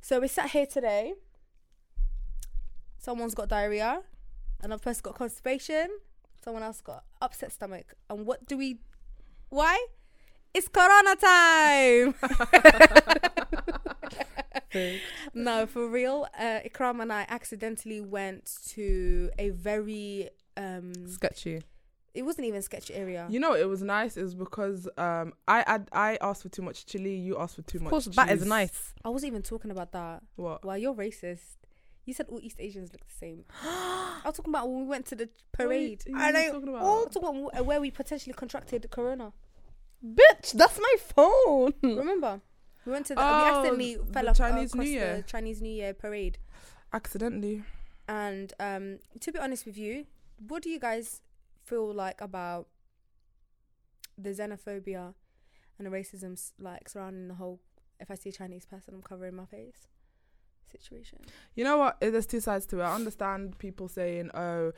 So we sat here today. Someone's got diarrhea. Another person got constipation. Someone else got upset stomach. And what do we? Why? It's Corona time. no, for real. Uh, Ikram and I accidentally went to a very. Um, Sketchy. it wasn't even sketchy area. You know, it was nice. Is because um, I, ad- I asked for too much chili. You asked for too Of much. course, that is cheese. nice. I wasn't even talking about that. What? Well, you're racist. You said all East Asians look the same. I was talking about when we went to the parade. What are you- I what are you know. talking about? all talking about where we potentially contracted corona. Bitch, that's my phone. Remember, we went to the, Mm. Oh, we accidentally the fell off uh, Chinese across New Year. the Chinese New Year parade. Accidentally. And um, to be honest with you, what do you guys feel like about the xenophobia and the racism s- like surrounding the whole? If I see a Chinese person, I'm covering my face. Situation. You know what? eh, There's two sides to it. I understand people saying, "Oh,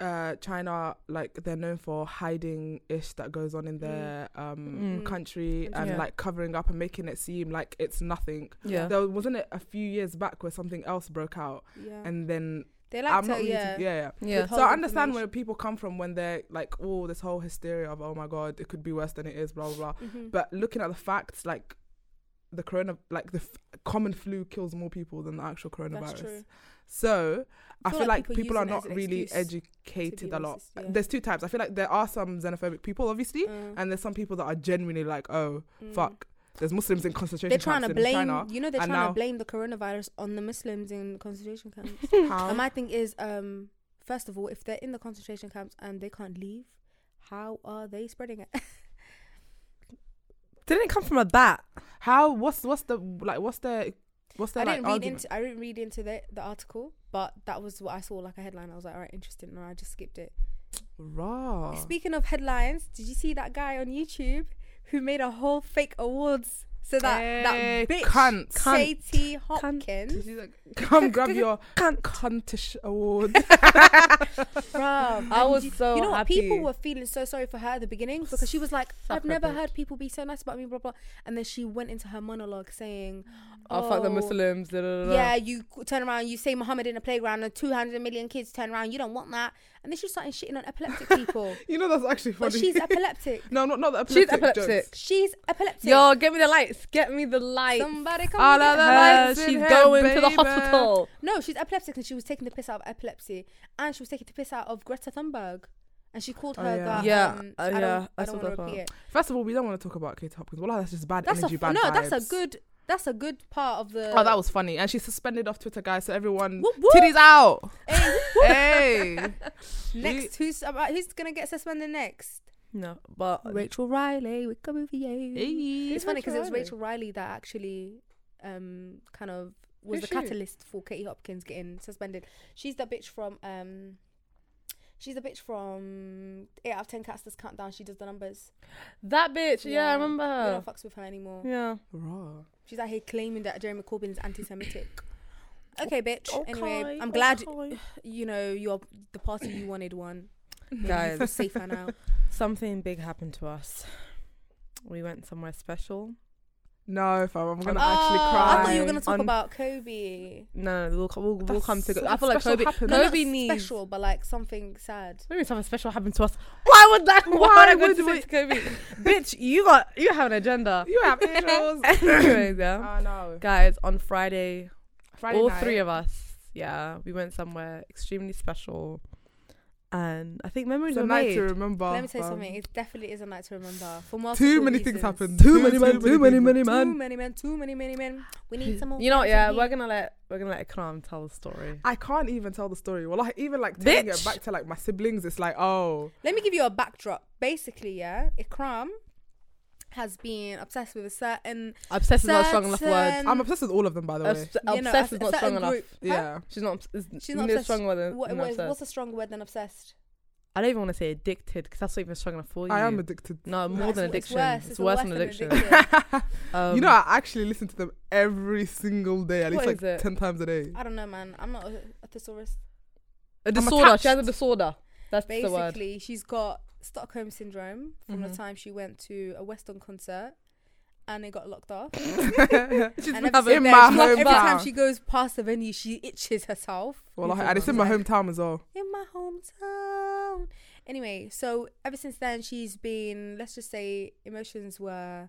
uh, China, like they're known for hiding ish that goes on in their um, Mm. country Mm. and Yeah. like covering up and making it seem like it's nothing." Yeah. There wasn't it a few years back where something else broke out, Yeah. and then they like I'm to, not really, too- yeah. yeah, yeah. Yeah. Withhold So I understand where information. people come from when they're like, "Oh, this whole hysteria of oh my god, it could be worse than it is," blah blah blah. Mhm. But looking at the facts, like the corona, like the f- common flu kills more people than the actual coronavirus. That's true. So I feel, like people, use are it as not an really excuse to educated be a lot. racist, yeah. There's two types. I feel like there are some xenophobic people, obviously, Mm, and there's some people that are genuinely like, "Oh, mm. fuck." There's Muslims in concentration They're trying camps to in blame. China. You know, they're and trying now- to blame the coronavirus on the Muslims in concentration camps. How? and my thing is, um, first of all, if they're in the concentration camps and they can't leave, how are they spreading it? Didn't it come from a bat? How? What's what's the like? What's the what's the I like didn't read argument? into. I didn't read into the the article, but that was what I saw, like a headline. I was like, all right, interesting, and I just skipped it. Raw. Speaking of headlines, did you see that guy on YouTube who made a whole fake awards? So that Hey, that bitch, cunt. Katie Hopkins. She's like, Come grab your cuntish award. Bruv, I and was you- so You know happy. what? People were feeling so sorry for her at the beginning because she was like, "I've never Sacrilege. heard people be so nice about me," blah blah. And then she went into her monologue saying, Oh, fuck the "Oh, Muslims. Da, da, da, da. Yeah, you c- turn around, you say Muhammad in a playground, and two hundred million kids turn around. You don't want that. And then she started shitting on epileptic people, you know that's actually funny. but she's epileptic. no, not not the She's epileptic. epileptic. jokes. She's epileptic. Yo, get me the lights. Get me the lights. Somebody come All and of get the her. lights lights. in She's here, going to the baby. hospital. No, she's epileptic, and she was taking the piss out of epilepsy, and she was taking the piss out of Greta Thunberg. And she called Oh, her yeah. that. Yeah, um, uh, I don't, yeah, I that's don't what want I to thought. repeat it. First of all, we don't want to talk about Kate Hopkins. Well, that's just bad That's energy, a bad no. That's vibes. a good. uh, That's a good part of the. Oh, that was funny. And she's suspended off Twitter, guys. So everyone, Whoop, whoop. titties out. Hey, hey. next, who's about? Who's gonna get suspended next? No, but Rachel Riley. We're coming for you. It's It's funny because it was Rachel Riley that actually, um, kind of was Who's the she? catalyst for Katie Hopkins getting suspended. She's the bitch from um. She's the bitch from eight out of ten casters countdown. She does the numbers. that bitch. Yeah, I remember We her. don't fucks with her anymore. Yeah. Raw. She's out here claiming that Jeremy Corbyn is anti-Semitic. okay, bitch. anyway, Okay, I'm glad okay. you know you're the party you wanted won. Guys. You're safer now. something big happened to us. We went somewhere special. No, fam, I'm gonna actually Oh, cry. I thought you were gonna on- talk about Kobe. No, no, we'll co- we'll, we'll That's come together. I something feel like special Kobe. happened. No, Kobe not needs. special, but like something sad. Maybe something special happened to us. Why would that? Why, Why would I go would to we- we... Kobe? Bitch, you got you have an agenda. You have angels. Anyways, yeah. I know. Um, Guys, on Friday, Friday all night. three of us, yeah, we went somewhere extremely special, and I think memories It's a are night made. to remember. Let me tell you fam. something. It definitely is a night to remember. For multiple Too many reasons. things happened. many Too many men. Too many many men. We need some more. You know, what, men to yeah, be- we're gonna let we're gonna let Ikram tell the story. I can't even tell the story. Well, like even like telling it Bitch. back to like my siblings, it's like oh, Let me give you a backdrop. Basically, yeah, Ikram has been obsessed with a certain. Obsessed is not a strong enough word. certain- I'm obsessed with all of them by the way. Obs- you know, obsessed a- is a not strong certain enough. group. Huh? yeah, She's not. Is, She's not neither obsessed. strong than, What, than what is, obsessed. what's a stronger word than obsessed? I don't even want to say addicted because that's not even strong enough for you. I am addicted. no more It's- than it's addiction. worse. It's worse worse than than addiction. addiction. Um, you know, I actually listen to them every single day, at least What like is it? ten times a day. I don't know, man. I'm not a, a thesaurus. a I'm disorder. She has a attached. disorder. That's the word. basically she's got Stockholm syndrome from Mhm. the time she went to a Western concert and it got locked off. She's And ever having- since In then, my she's like, every time hometown. she goes past the venue, she itches herself. Well, These and it's in my ones. hometown as well. in my hometown. Anyway, so ever since then, she's been. Let's just say emotions were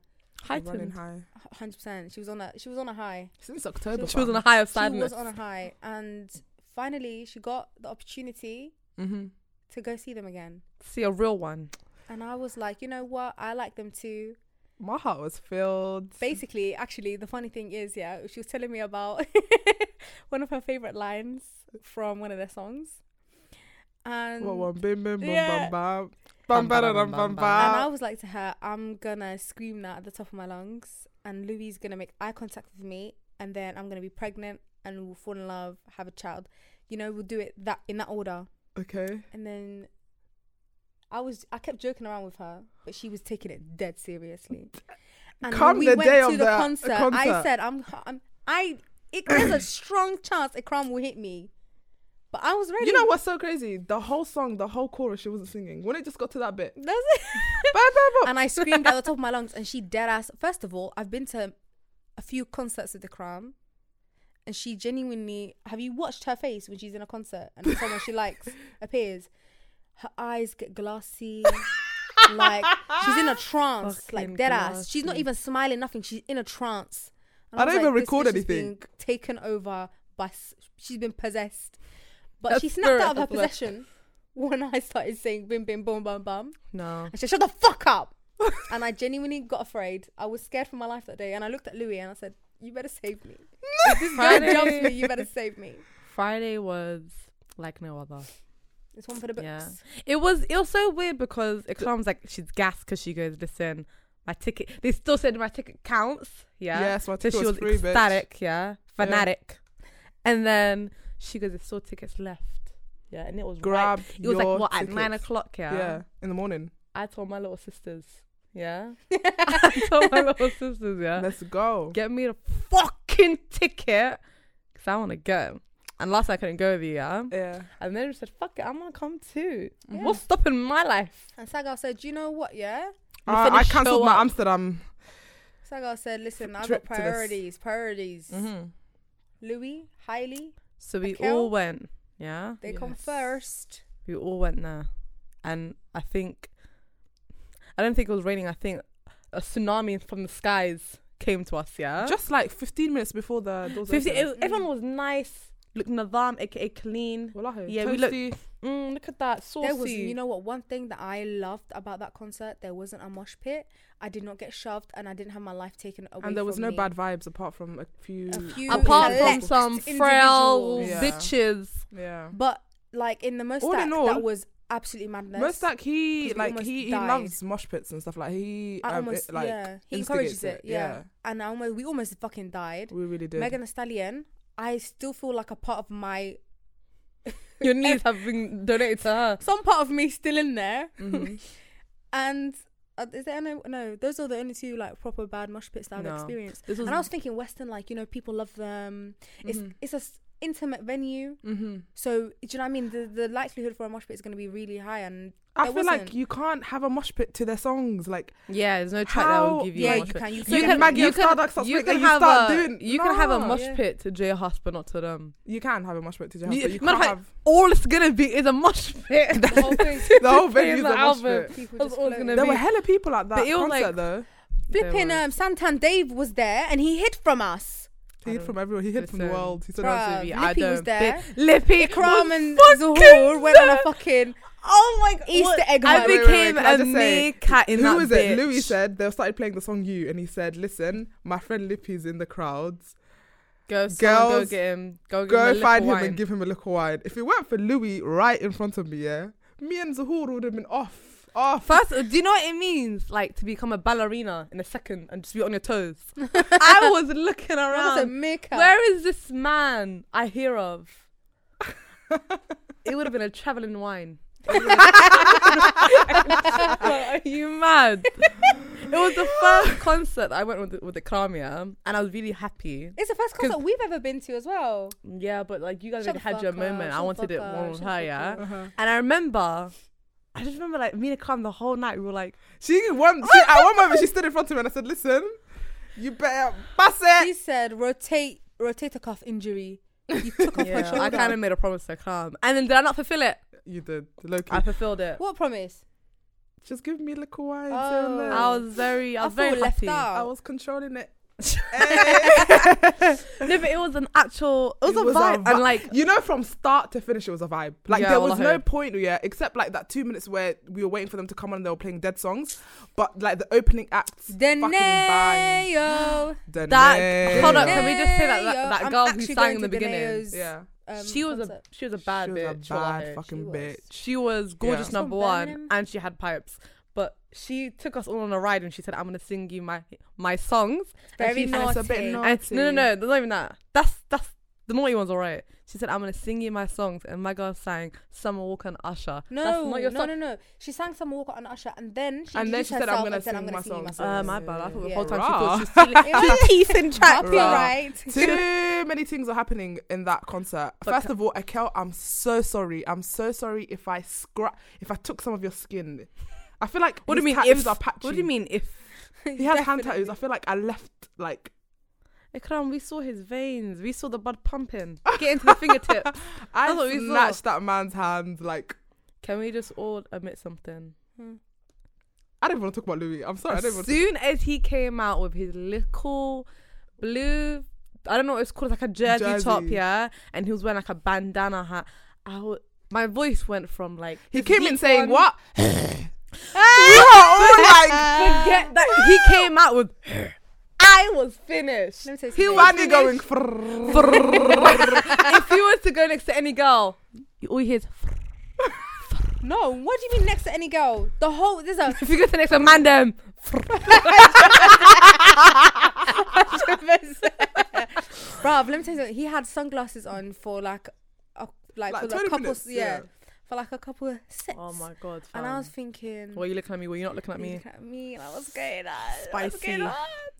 Running heightened. high hundred percent. She was on a she was on a high. since October. She was on a high of sadness. She was on a high, and finally, she got the opportunity hmm to go see them again. See a real one. And I was like, you know what? I like them too. My heart was filled. Basically, actually, the funny thing is, yeah, she was telling me about one of her favorite lines from one of their songs. And What one? Bim bim bum Yeah. bam bam bam bam bam bam And I bam. was like to her, I'm gonna scream that at the top of my lungs, and Louis is gonna make eye contact with me, and then I'm gonna be pregnant, and we'll fall in love, have a child. You know, we'll do it that in that order. Okay. And then I was, I kept joking around with her, but she was taking it dead seriously. And Come the day of the I concert. said, I'm, I'm I. It, there's a strong chance a crumb will hit me, but I was ready. You know what's so crazy? The whole song, the whole chorus, she wasn't singing. When it just got to that bit, That's bah, bah, bah. and I screamed at the top of my lungs. And she dead ass. First of all, I've been to a few concerts with the Crown, and she genuinely. Have you watched her face when she's in a concert and someone she likes appears? Her eyes get glassy. like she's in a trance, Fucking like dead ass. She's not glassy. even smiling, nothing. She's in a trance. And I don't was even this record bitch is being anything. Taken over by. s- She's been possessed, but A she snapped out spirit of her of love. possession when I started saying "bim bim boom bum bum." No. And she said, Shut the fuck up. and I genuinely got afraid. I was scared for my life that day. And I looked at Louis and I said, You better save me. If this girl Friday. jumps me, you better save me. Friday was like no other. It's one for the books. Yeah. It was it was so weird because it comes like she's gassed because she goes, listen, my ticket. They still said my ticket counts. Yeah. yes, my So ticket she was, was free, bitch. ecstatic. Yeah. Fanatic. And then she goes, there's still tickets left. Yeah. And it was right. Grab. It was your like what at tickets. nine o'clock. Yeah? Yeah. in the morning. I told my little sisters. Yeah. I told my little sisters. Yeah. Let's go. Get me the fucking ticket because I want to go. And last night I couldn't go with you, yeah. yeah. And then we said, "Fuck it, I'm gonna come too. Yeah. What's stopping my life?" And Sagar said, You know what? Yeah. You I, I finish show cancelled my up. Amsterdam. Sagar said, Listen, I've Trip got to this. priorities. Priorities. Mm-hmm. Louis, Hailey, So we Raquel? all went. Yeah, they come Yes. first. we all went there, and I think I don't think it was raining. I think a tsunami from the skies came to us. Yeah, Just like 15 minutes before the doors 50, opened. it- everyone was nice. Look, Nadam, aka clean. Wallahi, Yeah, we toasty. Mm, look at that saucy. There was, you know what? One thing that I loved about that concert, there wasn't a mosh pit. I did not get shoved, and I didn't have my life taken away. and there was from no me. bad vibes apart from a few. A few apart from Select some frail individuals. Yeah. bitches. yeah. But like in the most All in all, that was absolutely madness. Mostak, he 'Cause we like almost he, he died. loves mosh pits and stuff like he I um, almost it- like yeah. He instigates encourages it, it, yeah. yeah. And I almost we almost fucking died. we really did. Megan Thee Stallion, I still feel like a part of my Your knees have been donated to her. some part of me still in there. Mhm. And uh, is there no no? Those are the only two like proper bad mosh pits that I've No. experienced. This was And I was thinking Western, like you know, people love them. It's Mhm. it's a s- intimate venue, Mhm. so do you know what I mean? The the likelihood for a mosh pit is going to be really high, and I there feel like wasn't. you can't have a mosh pit to their songs. Like Yeah, there's no track that How- will give you. yeah, a you mosh pit. can you So you can Maggie you and Starduck starts you making- can you have start a doing- you can have a Nah. mosh Yeah. pit to J Hus, but not to them. you can have a mosh pit to Jehova, You- but you matter can't have All it's gonna be is a mosh pit. the whole thing. the whole venue's the a mosh album. pit. People That's just all it's floating. gonna There be- were hella people at that it was concert like- though. Flipping They were. um, Santan Dave was there and he hid from us. He hid I from everyone. He hid from the listen. world. He said, uh, Bruh. "Honestly, Lippy Lippy was there. Lippy Ikram was and fucking Zuhur went on a there. fucking Oh my god! Easter egg I hunt. Wait, wait, wait, became can I a just say, mere cat in that Who is it? bitch. Louis said they started playing the song "You," and he said, "Listen, my friend Lippy's in the crowds. "Go, someone go Girls, get him. Go, get him a Go lick find of him wine." and give him a little wine." If it weren't for Louis right in front of me, yeah, me and Zahur would have been off, off. First, do you know what it means? Like to become a ballerina in a second and just be on your toes. I was looking that was a around. maker. Where is this man I hear of? it would have been a traveling wine. Are you mad? It was the first concert I went with the, with the Kramia, and I was really happy. It's the first concert we've ever been to as well. Yeah, but like you guys Shut the already had your fuck up, moment. shut I the wanted it fuck up, one with shut the her, fuck yeah. up. Uh-huh. And I remember, I just remember like me and Kram the whole night. We were like, She one she, at one moment she stood in front of me and I said, "Listen, You better bust it. She said rotate rotator cuff injury. You took off her Yeah, shoulder. I kind of made a promise to come, and then did I not fulfill it? You did. Loki. I fulfilled it. What promise? Just give me a little wine. Oh. here and there. I was very, I I was very feel left happy. out. I was controlling it. no, but it was an actual, it was It a was a vibe, vi- and like You know, from start to finish, it was a vibe. Like Yeah, there was Wallahi. no point, yeah, except like that two minutes where we were waiting for them to come on and they were playing dead songs. But like the opening acts, fucking bang. Deneo. The that. nail. Hold on, can we just say that Deneo. that, that I'm girl who actually sang in going the to beginning? Deneo's, Yeah, um, she was a concert. she was a bad she was bitch. a bad Wallahi. fucking She was. bitch. She was gorgeous Yeah. number From one, Birmingham. and she had pipes. But she took us all on a ride, and she said, "I'm gonna sing you my my songs." very she- and naughty. it's a bit naughty. And, no, no, no, there's not even that. That's that's the naughty one's alright. She said, "I'm gonna sing you my songs," and my girl sang Summer Walker and Usher. that's No, not your no, song. no, no. She sang some Walker and Usher, and then she And then introduced she said, herself "I'm gonna and said, sing I'm my gonna sing my songs." Uh, songs." my bad. I thought the Yeah. whole time Rah. she thought she was stealing, she was teasing tracks. I'll Rah. right. Too many things were happening in that concert. But First ca- of all, Akel, I'm so sorry. I'm so sorry if I scra- if I took some of your skin. I feel like What do you his mean? tattoos If, are patchy. what do you mean? If He has hand Definitely. tattoos. I feel like I left like Ikram, we saw his veins, we saw the blood pumping, get into the fingertip. I That's what we saw. snatched that man's hand. Like Can we just all admit something? Hmm. I don't even want to talk about Louis. I'm sorry. I don't as want to. soon as he came out with his little blue, I don't know what it's called, like a jersey, Jersey. top, yeah, and he was wearing like a bandana hat. I w- my voice went from like He this came in deep saying one- what? Oh Forget that he came out with. I was finished. Let me say He something. was Fanny going. frrrr. if you were to go next to any girl, you all hear. is No, what do you mean next to any girl? The whole there's a If you go to next to Mandem, bruv. Let me tell you something. He had sunglasses on for like, a, like, Like for like 20 a couple, minutes, yeah, yeah. for like a couple of sets. oh my god! And I was fam. thinking, Why are you looking at me? Were you not looking at you me? look at me, and I was going on. Spicy.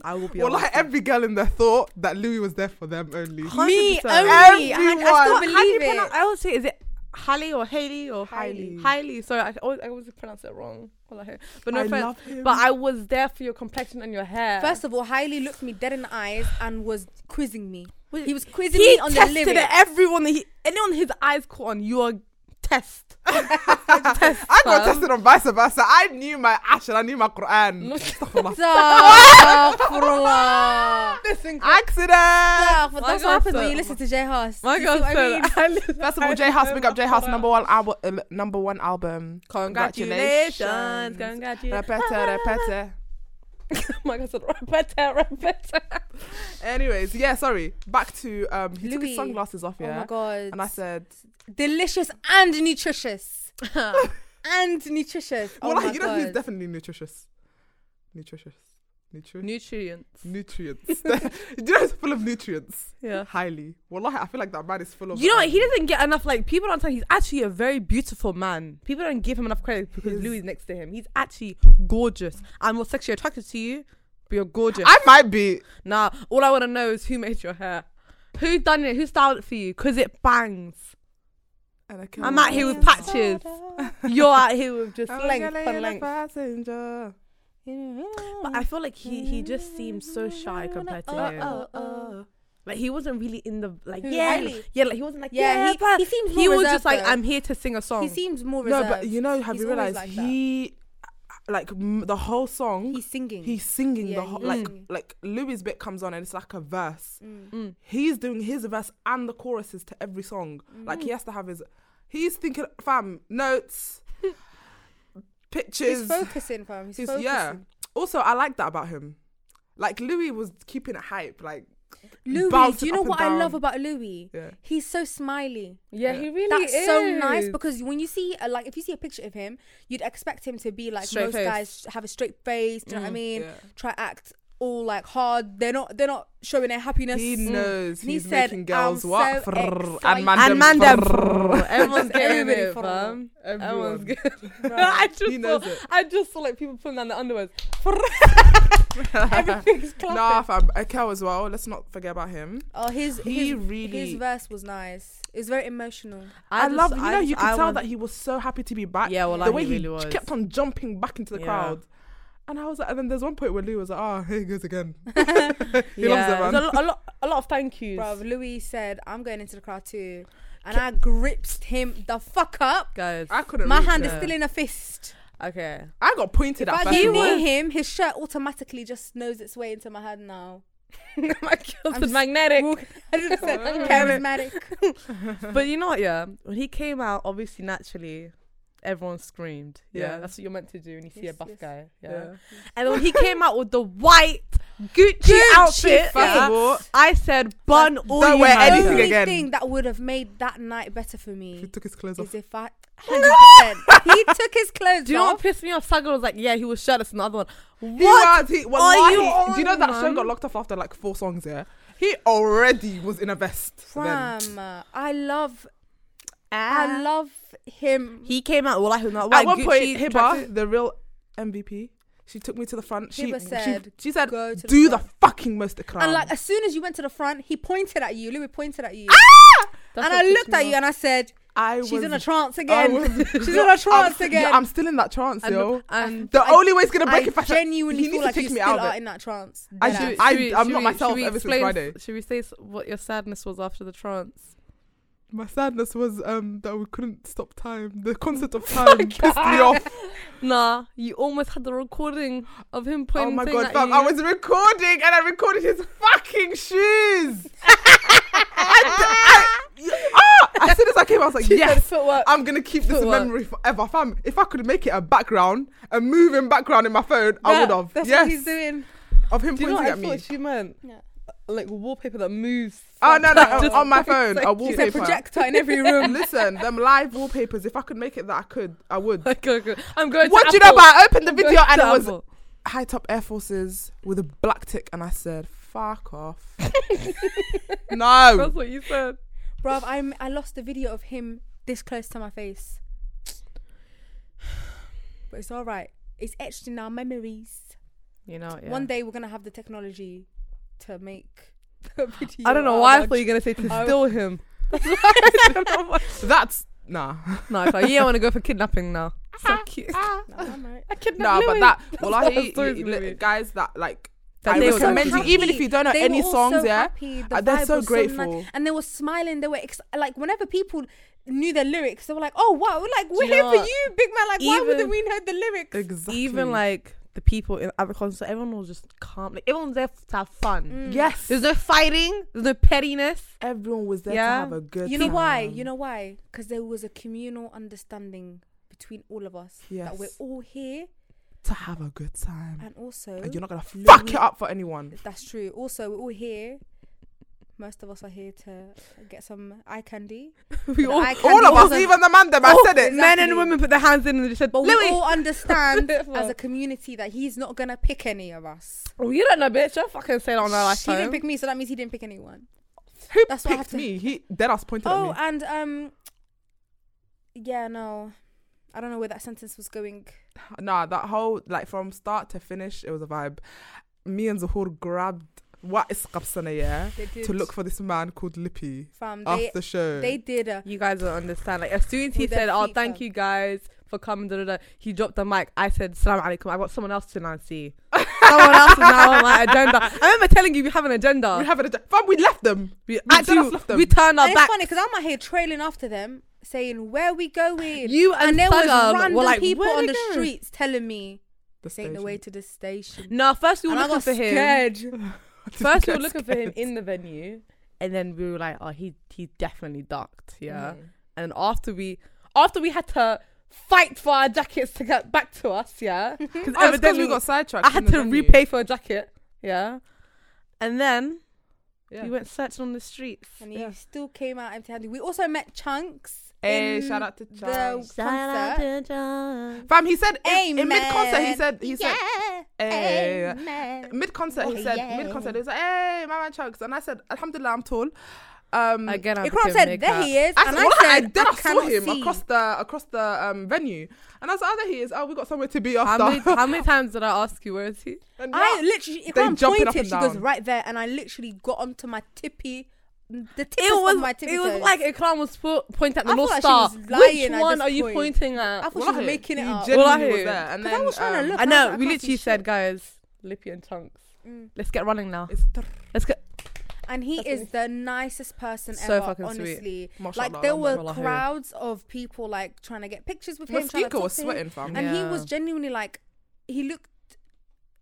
I will be. Well, like honest. every girl in there thought that Louis was there for them only. Oh, Me 100%. only. I, I still Everyone. believe How do you it. pronounce? I always say, is it Haley or Haley or Hailey? Hailey. Hailey. Sorry, I always, I always pronounce it wrong. Wallahi. But no I offense. love him. But I was there for your complexion and your hair. First of all, Hailey looked me dead in the eyes and was quizzing me. Wait, He was quizzing he me on the tested lyrics. it. Everyone that he, anyone his eyes caught on, you are test. I got Um, tested on vice versa. I knew my Ash and I knew my Quran. Astaghfirullah. Astaghfirullah. Listen, Accident. Astaghfirullah. My That's what happens God, when you sir. listen to J House. my You God, see what I mean? First of all, J House, big up J House, number one album, uh, number one album. Congratulations, Congratulations. congratulations. Oh Repete, repete. my God, repete, repete. Anyways, yeah, sorry. Back to um, he took his Louis. sunglasses off, Oh yeah, my god. and I said, delicious and nutritious. And nutritious. Oh well, my you know, god. he's definitely nutritious, nutritious, nutritious. Nutrients. Nutrients. Do you know it's full of nutrients? Yeah. Highly. Wallahi, I feel like that man is full of. You know, what, he doesn't get enough. Like people don't tell he's actually a very beautiful man. People don't give him enough credit because His- Louis is next to him. He's actually gorgeous. I'm more sexually attracted to you, but you're gorgeous. I might be. nah, all I want to know is who made your hair, who done it, who styled it for you, cause it bangs. And I I'm out here with patches. You're out here with Oh, just length for length. passenger. But I feel like he he just seems so shy compared to Oh, him. oh, oh. Like he wasn't really in the like Who, yeah Hailey? yeah like he wasn't like yeah, Yeah, he- but- he seems he more was reserved, just like though. I'm here to sing a song. He seems more No, reserved. but you know, have He's you always realized like that. he, like m- the whole song, he's singing. he's singing Yeah, the whole he's like singing. like Louis bit comes on and it's like a verse. Mm. Mm. He's doing his verse and the choruses to every song. mm. Like he has to have his. He's thinking, fam, notes, He's pictures. focusing, fam. He's, He's- focusing. yeah. Also, I like that about him. Like Louis was keeping it hype. Like Louis, bouncing do you know up and what I love down. about Louis? Yeah. He's so smiley. Yeah, he really That's is. so nice because when you see, uh, like, if you see a picture of him, you'd expect him to be like Straight most face. guys have a straight face. Do you know what I mean? Mm, yeah. Try act all like hard. They're not. They're not showing their happiness. Mm. He knows And he he's said, making girls "I'm what so Frrrr, excited." and man, them frrrr. everyone's Just getting everybody it, frrrr. fam. Everyone's Everyone. getting. I just He knows saw, it. I just saw like people pulling down their underwear. Everything's clapping. Nah, fam, Akel as well. Let's not forget about him. Oh, his He his, really- his verse was nice. It was very emotional. I, just- love. You know, you just- could I tell want- that he was so happy to be back. Yeah, well, the way he really j- was. kept on jumping back into the Yeah. crowd. And I was like, and then there's one point where Louis was like, ah, here he goes again. He loves yeah. it, There's a, lo- a lot, a lot of thank yous. Bruv, Louis said, I'm going into the crowd too. And I gripped him the fuck up. Guys, I couldn't. My reach hand it. is still in a fist. okay. I got pointed If at. I first get of all. near him, his shirt automatically just knows its way into my hand now. My girl's just magnetic. Walk- 100% Oh. charismatic. but you know what, yeah? When he came out, obviously, naturally, everyone screamed. Yeah, Yeah. that's what you're meant to do when you see a Yes, buff yes. guy. Yeah. Yeah. And when he came out with the white Gucci, Gucci outfit, First of all, I said, bun Don't all you wear The had." anything only again. thing that would have made that night better for he me took his clothes off. is if I. 100%. he took his clothes Do you know what off. pissed me off? Saga was like, yeah, he was shirtless and the other one. He What? was, he, wallahi, you do you know on, that show man? got locked off after like four songs? Yeah, he already was in a vest. Then. Pram, I love, Ah. I love him. He came out, well, I was like, At white one point, Gucci tracksuit. Hiba, the real MVP, she took me to the front. She Hiba she- said, she, said, "Go to the do the, front." fucking most ikram. and like as soon as you went to the front, he pointed at you. Louis pointed at you, Ah! That's and what I pissed looked me at you off. and I said, I "She's was- in a trance I again." was- She's in a trance I'm, again. Yeah, I'm still in that trance, yo. And, and The I- only way it's gonna break I if I genuinely he feel needs like to you take me still out of are it. in that trance. I Deadass. should- I- I'm not myself we ever since explain- Friday. Should we say s- what your sadness was after the trance? My sadness was um that we couldn't stop time. The concept of time pissed me off. Nah, you almost had the recording of him playing. Oh my thing god, at fam! you. I was recording and I recorded his fucking shoes. I, I, ah! As soon as I came, I was like, She said yes. footwork. I'm gonna keep this a Footwork. memory forever, fam. If I could make it a background, a moving background in my phone, I would That- have. That's yes, what he's doing. of him Do you know pointing what I at thought me. she meant? Yeah. Like wallpaper that moves. Oh no, no, Just- on my phone, Thank a you. It's a wallpaper. projector in every room. Listen, them live wallpapers. If I could make it that, I could. I would. Like, go, go. I'm going. What to do you know Apple. about? I opened the I'm going video and to it was Apple. high top Air Forces with a black tick, and I said, "Fuck off." no. That's what you said. Bruv, I'm, I lost the video of him this close to my face. But it's all right. It's etched in our memories. You know. Yeah. One day we're going to have the technology to make the video. I don't know out why of I our thought you were gonna say to I- steal him. That's nah. No, it's like, yeah, I want to go for kidnapping now. So cute. No, I'm right. I kidnapped No, but Louis. that That's well, what I the story's gonna be. guys that like That I they were so recommend you, happy. even if you don't know They any were all songs. so yeah, happy. The uh, they're vibe so was grateful. ni- and they were smiling. They were ex- like, whenever people knew their lyrics, they were like, "Oh wow, we're like we're you know here for what? you, big man." Like, why Even- wouldn't we know the lyrics? exactly. Even like the people in at the concert, everyone was just calm. Like everyone's there f- to have fun. Mm. Mm. yes, There's no fighting. There's no pettiness. everyone was there to Yeah. have a good. You know time. why? You know why? Because there was a communal understanding between all of us that we're Yes. all here, to have a good time, and also and you're not gonna fuck Louis- it up for anyone. that's true. Also, we're all here. Most of us are here to get some eye candy. We The all, eye candy All of us, wasn't- even the man them, I all- said it. exactly. Men and women put their hands in and they just said, But Louis, we all understand as a Well. community that he's not gonna pick any of us. oh, you don't know, bitch. I fucking said on our She didn't lifetime. pick me, so that means he didn't pick anyone. Who That's what I have picked to- me? He dead ass pointed at me. Oh, and um, yeah, no, I don't know where that sentence was going. Nah, that whole like from start to finish, it was a vibe. Me and Zahur grabbed what is Kapsana, yeah, They did to look Ah, for this man called Lippy fam. They after the show. they did a You guys don't understand. Like, as soon as he With their said, oh, feet thank up. you guys for coming, da, da, da, he dropped the mic. I said, salam alaikum. I got someone else to now see. someone else is now on my agenda. I remember telling you we have an agenda. we have an agenda. Fam, we left them. We, we actually, just left them. we turned our And it's back. funny because I'm out here trailing after them, saying where we going. You and, and there was Saga random were like, people "Where on they the going?" streets telling me this ain't the station. way to the station. No, first we were And I looking got for him. scared. First, we were Get looking for him scared. in the venue, and then we were like, "Oh, he he definitely ducked." Yeah. Mm. Mhm. And after we after we had to fight for our jackets to get back to us, yeah. Because Oh, it's 'cause we got sidetracked. I in had the to venue. repay for a jacket, yeah. And then Yeah. we went searching on the streets. And he still came out empty-handed. We also met Chunks. Hey, in shout out to the Charles. concert. Fam, he said Amen. in, in mid concert. He said he said yeah. hey. Amen. Mid concert, he Oh, said yeah. mid concert. He was like, "Hey, my man Chugs," and I said, "Alhamdulillah, I'm tall." Um, Again, I Ikram said, "There he is," I and said, I well, I, said, then I, saw cannot him see." across the across the um, venue, and I was like, "Oh, there he is! Oh, we got somewhere to be How after." many, how many times did I ask you where is he? And I now- literally, They Ikram jumping up pointed. and She goes down. right there, and I literally got onto my tippy the tips It of was, my tippy it was toes. like Ikram was po- pointing at the I North thought she Star. was lying Which at one this are you point. pointing at? I thought she was Wallahi, making it he up. genuinely was Wallahi. there. And 'Cause then, I was trying to um, look. I I know. can't We see literally shit. said, guys, lippy and chunks. Mm. Let's get running now. It's Let's get. And he That's is it. the nicest person So ever. fucking sweet. honestly, mashallah, like there were Wallahi. crowds of people like trying to get pictures with him. trying to Mosquito talk was to him. sweating, fam. and he Yeah. was genuinely like he looked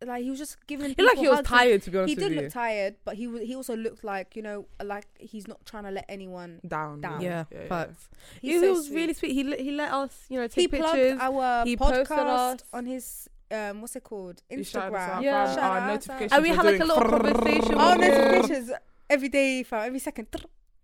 like he was just giving He like people he was hugs and- tired, to be honest he with did you. look tired but he was he also looked like you know like he's not trying to let anyone Down. Down. yeah, yeah, yeah. facts. he's he, so was sweet. really sweet. He let- he let us, you know, he take plugged pictures. our He posted podcast us. on his um what's it called He shouted us instagram out, Yeah. fam. Shout Our out, notifications And we were had, like, a doing little conversation oh Oh, Yeah. notifications every day fam every second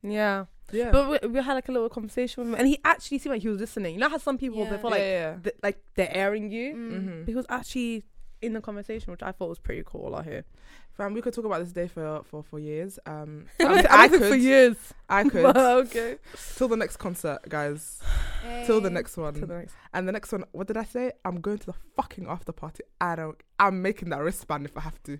yeah, Yeah. but we, we had like a little conversation with him, and he actually seemed like he was listening. You know how some people Yeah. they feel like yeah, yeah. th- like they're airing you. Mm. Mhm. But he was actually in the conversation, which I thought was pretty cool. I hear. Fam, we could talk about this day for for for years. Um, I I, was- I I was for could, years. I But could. okay. Till the next concert, guys. Till the Hey. next To the one. next. And the next one. What did I say? I'm going to the fucking after party. I don't. I'm making that wristband if I have to.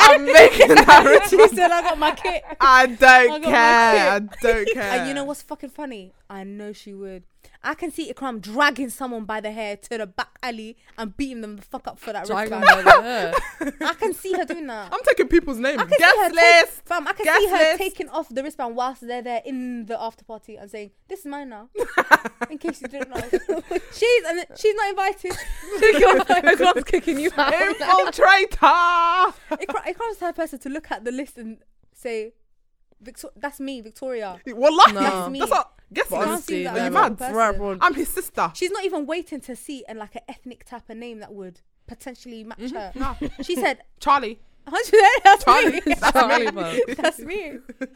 I'm making that she wristband. said i got my kit I I don't got my care. I don't care. and you know what's fucking funny i know she would I can see Ikram dragging someone by the hair to the back alley and beating them the fuck up for that Dragon wristband. over there. I can see her doing that. I'm taking people's names. I can see her Guest take, list. fam, I can Guest see her list. taking off the wristband whilst they're there in the after party and saying, "This is mine now." in case you didn't know, she's and then- she's not invited. Ikram's kicking you out. Infiltrator. Ikram, Ikram's the type of person to look at the list and say, Victor- "That's me, Victoria." Wallahi. No. That's me. That's what. Guess But what? honestly, see that are you level mad? person. Right, bro. I'm his sister. She's not even waiting to see and like an ethnic type of name that would potentially match her. Nah. She said, Charlie. "That's me." Charlie. Charlie, That's man. me. That's me. But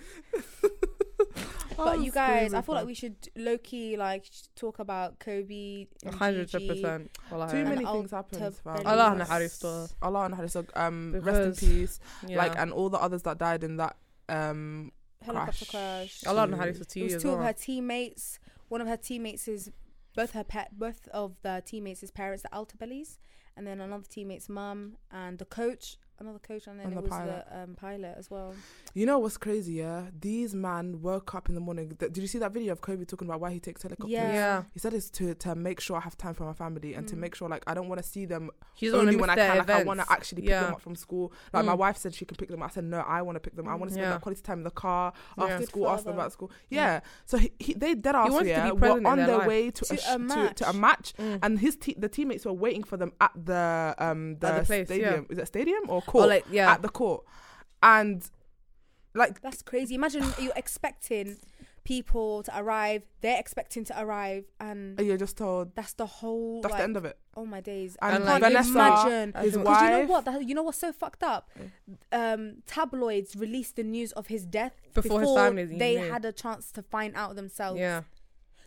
Oh, you guys, I screaming, feel like fam. we should low key like sh- talk about Kobe. and Hundred Gigi. percent. Too And many I'll things happen. to fam. Bellamy. Allah and Harry store. Allah and Harry. So, um, rest Because- in peace. Yeah. Like, and all the others that died in that. Um, Helicopter crash. Crash. Allah and Harry store to It you was as two of well. her teammates. One of her teammates is both her pet, both of the teammates' his parents, the Altabellies, and then another teammate's mum and the coach, another coach, and then And it the was pilot. the um, pilot as well. you know what's crazy? Yeah, these man woke up in the morning. Th- did you see that video of Kobe talking about why he takes helicopters? Yeah. Yeah. He said it's to to make sure I have time for my family and to Mm. make sure like I don't want to see them He's only when I can. Like I want to actually pick them Yeah. up from school. Like my Mm. wife said she can pick them up. I said no, I want to pick them. up. I want to spend Yeah. that quality time in the car Yeah. after Good school. Ask them father. about school. Yeah. Yeah. So he, he, they dead ass wanted to yeah, be were present in on their their, life. way to, To a, a sh- to, to a match. match, Mm. and his te- the teammates were waiting for them at the um the, At the place, yeah. stadium. Is it stadium or Or court? like yeah. At the court, and like That's crazy. Imagine you're expecting people to arrive. They're expecting to arrive, and you're just told that's the whole. that's like, the end of it. Oh my days! And, I like, can't Vanessa, imagine. I His Because think- you wife. know what? The, you know what's so fucked up? Um, tabloids released the news of his death Before his family even they knew. had a chance to find out themselves. Yeah.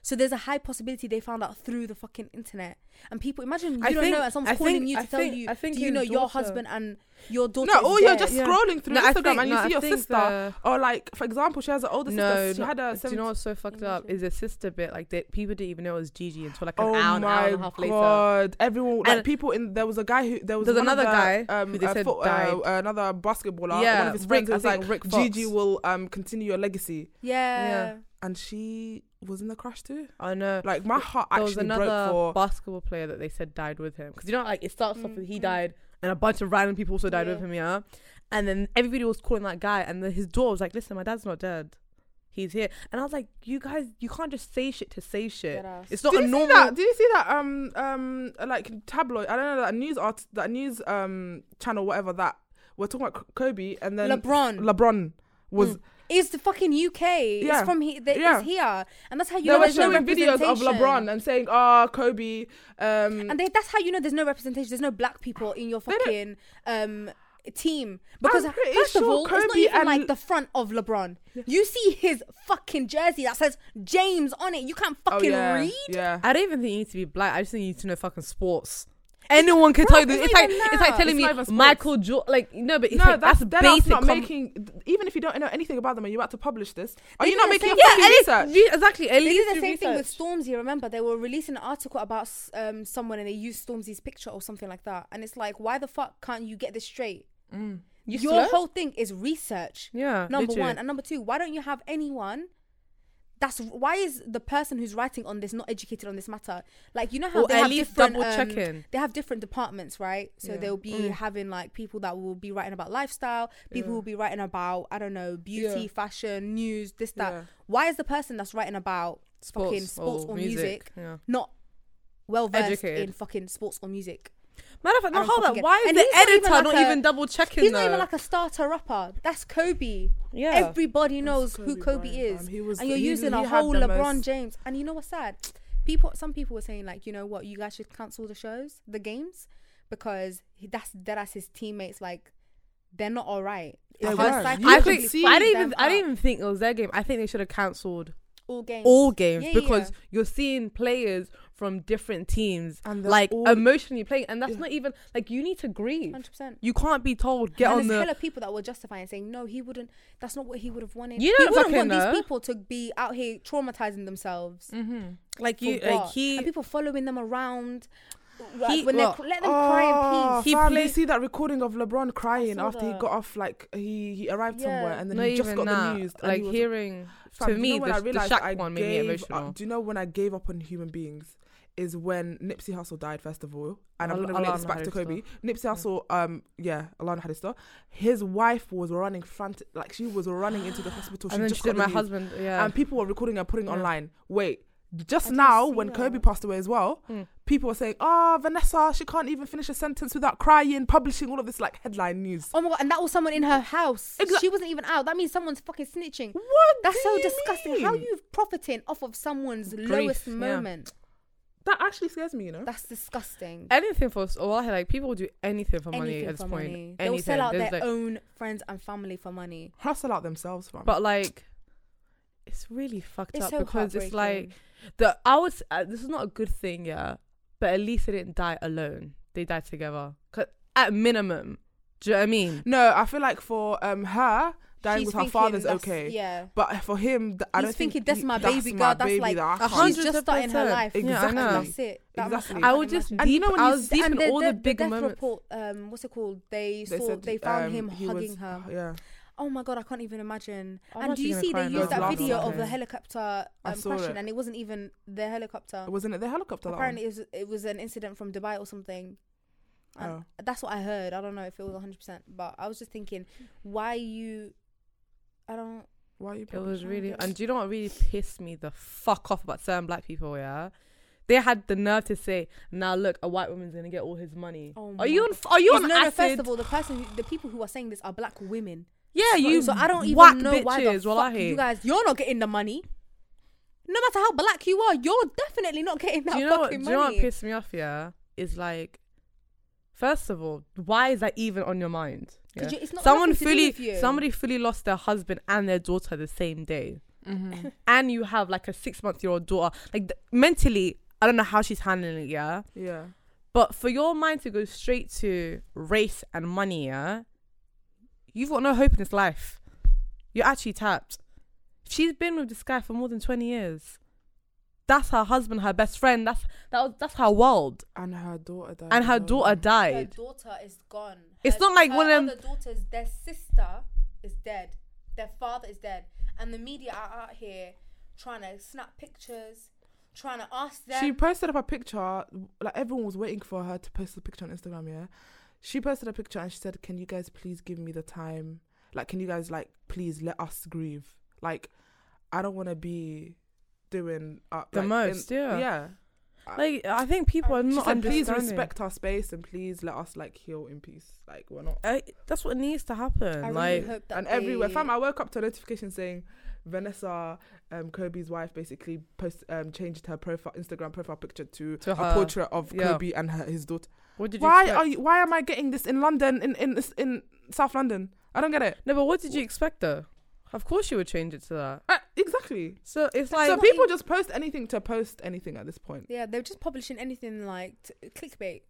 So there's a high possibility they found out through the fucking internet. And people, imagine you I don't think- know, and someone's I calling think- you to I tell think- you, I think do you his know your daughter- husband and your daughter? No, is or you're dead. just Yeah. scrolling through No, I Instagram think- and you no, I see your think sister. Uh, the- or like, for example, she has an older No, sister. She no, had a. uh, do you know what's so fucked up Imagine. is the sister bit. Like they, people didn't even know it was Gigi until like an Oh hour, an my hour and a half later. god! Everyone, like And- people in there was a guy who there was There's one of another the, guy um, who they a said foot- uh, died. another basketballer. Yeah, one of his Rick- friends was I think like, Rick Fox. Gigi will um continue your legacy, Yeah. Yeah. and she was in the crash too. I know. Like my heart there was actually broke another for. basketball player that they said died with him because you know like it starts off Mm, with he mm. died and a bunch of random people also died with Yeah. him yeah and then everybody was calling that guy and then his daughter was like listen my dad's not dead he's here and i was like you guys you can't just say shit to say shit Dead ass. it's not Do a you see normal that? Do you see that? Um, um, like tabloid. I don't know that news art, that news um channel, whatever. That we're talking about K- Kobe, and then LeBron Hmm. LeBron was. is the fucking UK. It's Yeah. from he- they, Yeah. it's here, and that's how you They know were there's no showing videos of representation. LeBron and saying, "Oh, Kobe." Um, And they, that's how you know there's no representation. There's no black people in your They don't- fucking um, team because I'm pretty first of sure all, it's not Kobe even and- like the front of LeBron. You see his fucking jersey that says James on it. You can't oh, fucking yeah, read. Yeah. i don't even think you need to be black i just think you need to know fucking sports anyone can tell you it's this. not it's like even it's that. like telling It's not even me sports. michael jordan like no but it's no, like, that's, that's, then that's basic not com- making. Even if you don't know anything about them and you're about to publish this, are They you do not the making same your thing. fucking yeah, at research? least, re- exactly. At They least did the do same thing with research. Stormzy. Remember, they were releasing an article about s- um, someone and they used Stormzy's picture or something like that. And it's like, why the fuck can't you get this straight? You Your slow? whole thing is research. yeah. Number literally. one and number two. Why don't you have anyone? That's why is the person who's writing on this not educated on this matter? Like you know how Or they at have least different, double um, checking. they have different departments, right? So Yeah. they'll be Mm. having like people that will be writing about lifestyle, people Yeah. will be writing about I don't know beauty, Yeah. fashion, news, this that. Yeah. Why is the person that's writing about fucking sports or music. Oh, Yeah. not well versed Educated. in fucking sports or music? Matter of fact, no, I'm hold fucking up. get- Why is And the he's not even editor like not a- even double checking? He's though? not even like a starter rapper. That's Kobe. uh, yeah. Everybody knows That's who Kobe Bryant, is. fam. He was- and you're he- using a he had whole the LeBron most- James. And you know what's sad? People, some people were saying like, you know what, you guys should cancel the shows, the games, because he, that's that's his teammates. Like, they're not all right. They It's weren't. psychologically You I could think see I didn't them even I didn't up. even think it was their game. I think they should have cancelled all games. all games Yeah, yeah, because yeah. you're seeing players from different teams And they're like all- emotionally playing, and that's Yeah. not even like you need to grieve. hundred percent. You can't be told get and on there's the hella people that were justifying saying no he wouldn't that's not what he would have wanted You he don't wouldn't fucking want know. these people to be out here traumatizing themselves like for you what? like he and people following them around He- oh, he, when they're look, cr- let them cry in peace He He fam, play- you Oh, see that recording of LeBron crying saw after he that. got off, like he he arrived Yeah. somewhere and then not he just even got that. the news. and like he was- hearing Fam, to do you me know when the, I the realised I Shaq one made me gave emotional. Up, do you know when I gave up on human beings is when Nipsey Hussle died first of all, and I'm Al- gonna relate this Alana back to Hadista. Kobe. Nipsey Hussle, um, yeah, Alana Hadista, his wife was running frantic, like she was running into the hospital. She and then just she did got my the news. husband. Yeah, and people were recording and putting it Yeah. online. Wait, just I didn't now see when Kobe that. Hmm. passed away as well, Mm. people were saying, "Oh, Vanessa, she can't even finish a sentence without crying," publishing all of this like headline news. oh my god and that was someone in her house Exa- she wasn't even out that means someone's fucking snitching What? that's do so you disgusting how mean? you profiting off of someone's Grief, lowest yeah. moment That actually scares me. You know. that's disgusting anything for Olahe. Like people will do anything for money anything at this for point. money they'll Anything. sell out There's, their like- own friends and family for money Hustle out themselves, fam. But like, it's really fucked it's up so because it's like heartbreaking. the I was. Uh, this is not a good thing, yeah. But at least they didn't die alone. They died together. 'Cause at minimum, do you know what I mean? no, I feel like for um her dying She's with her thinking father's that's- okay, yeah but for him, th- I He's don't think thinking, "That's he- my baby my girl, that's baby like that a I she's can't- hundred just starting her percent. life. Yeah, I Exactly. know. That's it. That must- Exactly. I can would just imagine. deep. And you know when I you was see- deep in all the, death- big death moments. report, um, what's it called? They, They saw said, they found um, him he hugging was- her. Yeah, Oh my god, I can't even imagine. I'm and do actually you gonna see cry they now. used that Last video of Sunday. the helicopter I um, saw crashing, it. and it wasn't even the helicopter. wasn't it the helicopter? that one? Apparently, it was, it was an incident from Dubai or something. And Oh. That's what I heard. I don't know if it was 100, percent but I was just thinking, why you? I don't. Why are you? It was Oh, really, yes. and do you know what really pissed me the fuck off about certain black people? Yeah, they had the nerve to say, "Now look, a white woman's gonna get all his money." Oh my are you on? God. f- Are you It's- on no, no, acid? first of all, the person, who, the people who are saying this are black women. yeah, you. so I don't whack even know bitches, why the fuck wallahi. you guys you're not getting the money. No matter how black you are, you're definitely not getting that do you know what? fucking Do you know what money. pissed me off? Yeah, is like, first of all, why is that even on your mind? 'Cause Yeah? you- it's not Someone nothing to do fully, with you. somebody fully lost their husband and their daughter the same day, mm-hmm. and you have like a six-month-year-old daughter. Like th- mentally, I don't know how she's handling it. Yeah, Yeah. but for your mind to go straight to race and money, yeah, you've got no hope in this life. You're actually tapped. She's been with this guy for more than twenty years. That's her husband, her best friend. That's that was, that's her world And her daughter died. and as her well, daughter Her yeah. died. daughter is gone. It's Her- not like her one of them- other daughters. Their sister is dead. Their father is dead, and the media are out here trying to snap pictures, trying to ask them. She posted up a picture. Like everyone was waiting for her to post the picture on Instagram. Yeah, she posted a picture and she said, "Can you guys please give me the time? Like, can you guys like please let us grieve? Like, I don't want to be doing uh, The like, in- most, yeah. yeah. Like I think people are She not She said, please understanding. respect our space and please let us like heal in peace. Like, we're not. I, that's what needs to happen. I really like hope that and everywhere, they- fam. I woke up to a notification saying Vanessa, um, Kobe's wife, basically post um, changed her profile Instagram profile picture to, To a her. portrait of Yeah. Kobe and her, his daughter. what did you? Why expect? are you? Why am I getting this in London? In in this- in South London? I don't get it. No, but what did you expect though? Of course you would change it to that. Uh, exactly. So it's so like not people even- just post anything to post anything at this point Yeah, they're just publishing anything like t- clickbait.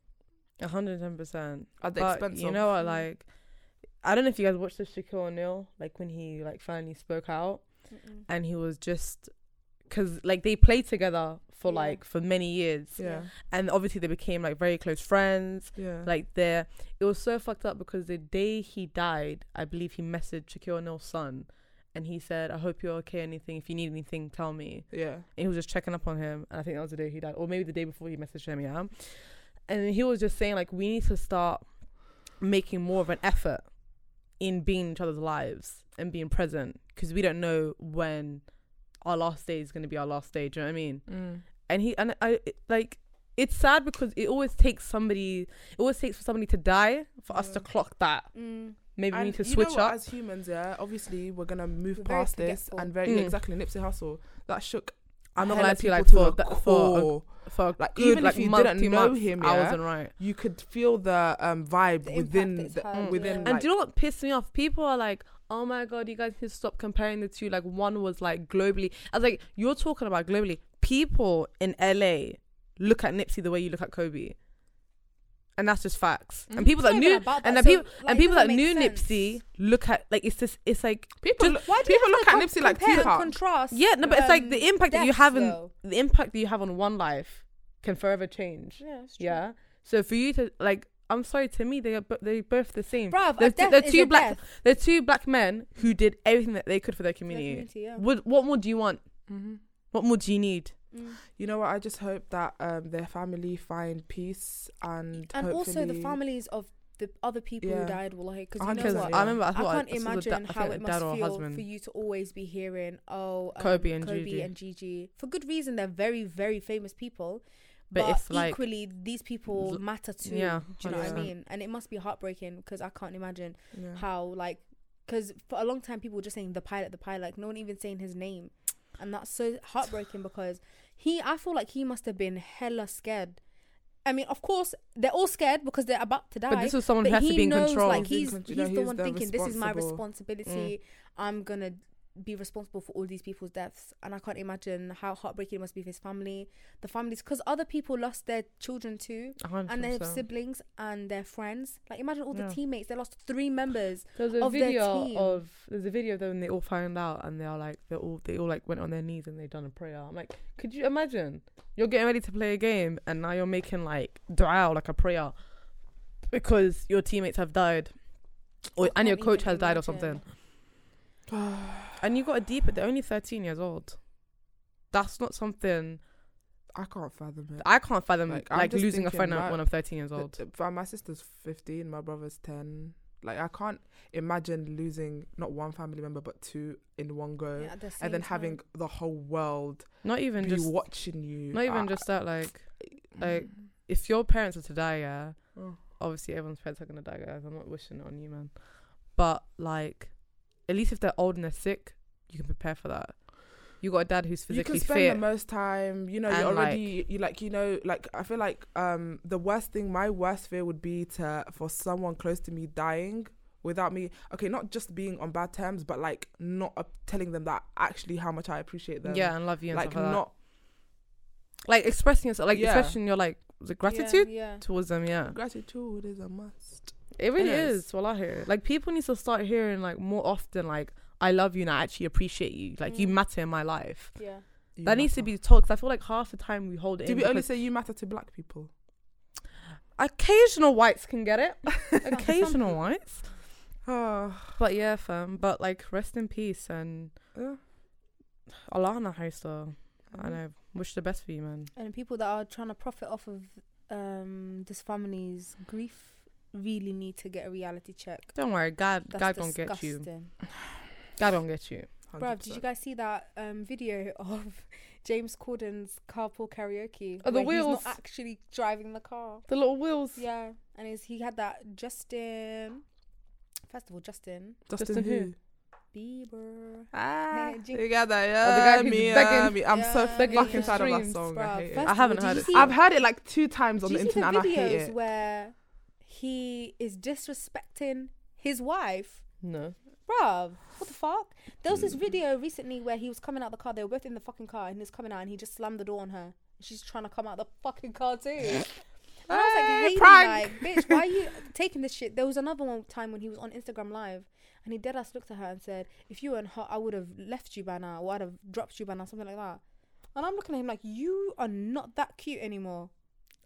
hundred ten percent. at the But expense you of. know what? Mm. Like I don't know if you guys watched the Shaquille O'Neal, like when he like finally spoke out Mm-mm. and he was just because like they played together for Yeah. like for many years, yeah, and obviously they became like very close friends. yeah. Like there, it was so fucked up because the day he died, I believe he messaged Shaquille O'Neal's son, and he said, "I hope you're okay. Anything, if you need anything, tell me." yeah, And he was just checking up on him, and I think that was the day he died, or maybe the day before he messaged him. Yeah, and he was just saying like, we need to start making more of an effort in being in each other's lives and being present because we don't know when our last day is going to be our last day. Do you know what I mean? Mm. and he and I it- like it's sad because it always takes somebody it always takes for somebody to die for us to Yeah. clock that Mm. maybe we And need to you know switch what, up as humans. Yeah, obviously we're gonna move We're very past this forgetful. and very Mm. yeah, exactly Nipsey Hussle that shook. I'm not hella gonna lie to you people like for the that for uh, core. a, for a Like, good, even if like, you month, didn't two know months, him, I yeah, wasn't right you could feel the um vibe The within impact it's the, had, within. yeah. Like, and do you know what pissed me off people are like oh my god you guys need to stop comparing the two like one was like globally I was like you're talking about globally people in LA look at Nipsey the way you look at Kobe and that's just facts and people that Not knew even Mm-hmm. about and that, the so, people like, and it people that doesn't make knew sense. Nipsey look at like it's just it's like people, Just- look- Why do you people have look to at com- Nipsey like compare and Tupac. Contrast. yeah no but it's like um, the impact that you deaths, have in though. the impact that you have on one life can forever change Yeah, it's true. yeah so for you to like I'm sorry to me they are bo- they both the same Bruv, They're a t- death they're is two a black- death. Their they're two black men who did everything that they could for their community, community, yeah. What, what more do you want Mm-hmm. Mhm. what more do you need Mm. You know what? I just hope that um their family find peace and And also the hopefully- families of the other people Yeah. who died were like, because you know because what? yeah. I remember I I can't thought I saw the da- imagine I how think it the dad must or feel husband for you to always be hearing, oh, um, Kobe and Kobe Gigi. and Gigi. For good reason, they're very, very famous people. But But, it's like- equally, these people L- matter too. yeah, do you know what I 100%. mean? And it must be heartbreaking because I can't imagine Yeah. how, like, because for a long time people were just saying the pilot, the pilot, like, no one even saying his name. And that's so heartbreaking because he, I feel like he must have been hella scared. I mean, of course, they're all scared because they're about to die but this was someone who but has he to be in knows, control Like He's in he's, control. he's No, the he's one the thinking, "This is my responsible. responsibility. I'm gonna be responsible for all these people's deaths." And I can't imagine how heartbreaking it must be for his family, the families, because other people lost their children too, and their siblings and their friends. Like imagine all the Yeah. teammates; they lost three members. There's a of their video team. of there's a video of them and they all found out and they're like they all they all like went on their knees and they done a prayer. I'm like, could you imagine? You're getting ready to play a game and now you're making like dua like a prayer because your teammates have died. Or, I and your can't coach even has died or imagine. something. And you got a deep they're only thirteen years old. That's not something I can't fathom it. I can't fathom like, Like, I'm just losing a thinking, friend like- when I'm thirteen years But, old. uh, but my sister's 15, my brother's 10. Like, I can't imagine losing not one family member, but two in one go. Yeah, at the same and then time. having the whole world Not even be just watching you. not even I- just that like like, if your parents are to die, yeah. Oh. obviously everyone's parents are gonna die, guys. I'm not wishing it on you, man. But like, at least if they're old and they're sick, you can prepare for that. You got a dad who's you physically can spend fit. the most time you know and, you're like- already you like you know like i feel like um the worst thing my worst fear would be to for someone close to me dying without me okay not just being on bad terms but like not uh, telling them that actually how much i appreciate them yeah, and love you and like stuff like, that. not like expressing yourself, like Yeah. expressing your like the gratitude Yeah, towards them. Yeah, gratitude is a must it really It is. is. Well, I hear like people need to start hearing like more often, like I love you and I actually appreciate you. Like you Mm. matter in my life. yeah, yeah. You that needs to matter. be told 'cause I feel like half the time we hold it. do in we only because say you matter to black people occasional whites can get it. some occasional whites. oh But yeah, fam. But like, rest in peace and yeah. Alana Heister. I Mm-hmm. know. Wish the best for you, man. And people that are trying to profit off of um this family's grief really need to get a reality check. Don't worry, God. That's God disgusting. gonna get you. God gonna get you. Bruv, did you guys see that um, video of James Corden's carpool karaoke? Oh, the where wheels. He's not actually driving the car. The little wheels. Yeah, and is he had that Justin? First of all, Justin Justin, Justin who? who? Bieber. Ah, Hey, Jing- you got that, Oh, the guy yeah. who's me, begging- yeah, me. I'm so Yeah. fucking Begging in tired of that streams, song. Bruv, I hate it. first I of haven't all, did heard you it. see- I've heard it like two times Did on you the see internet, and the I hate videos it. where he is disrespecting his wife? No. Bruv, what the fuck? There Mm. was this video recently where he was coming out the car. They were both in the fucking car, and he was coming out, and he just slammed the door on her. She's trying to come out the fucking car too. And I was like, Hey, Hailey, prank. like, bitch, why are you taking this shit? There was another one time when he was on Instagram Live, and he dead ass looked at her and said, "If you weren't hot, I would have left you by now, or I'd have dropped you by now, something like that." And I'm looking at him like, you are not that cute anymore.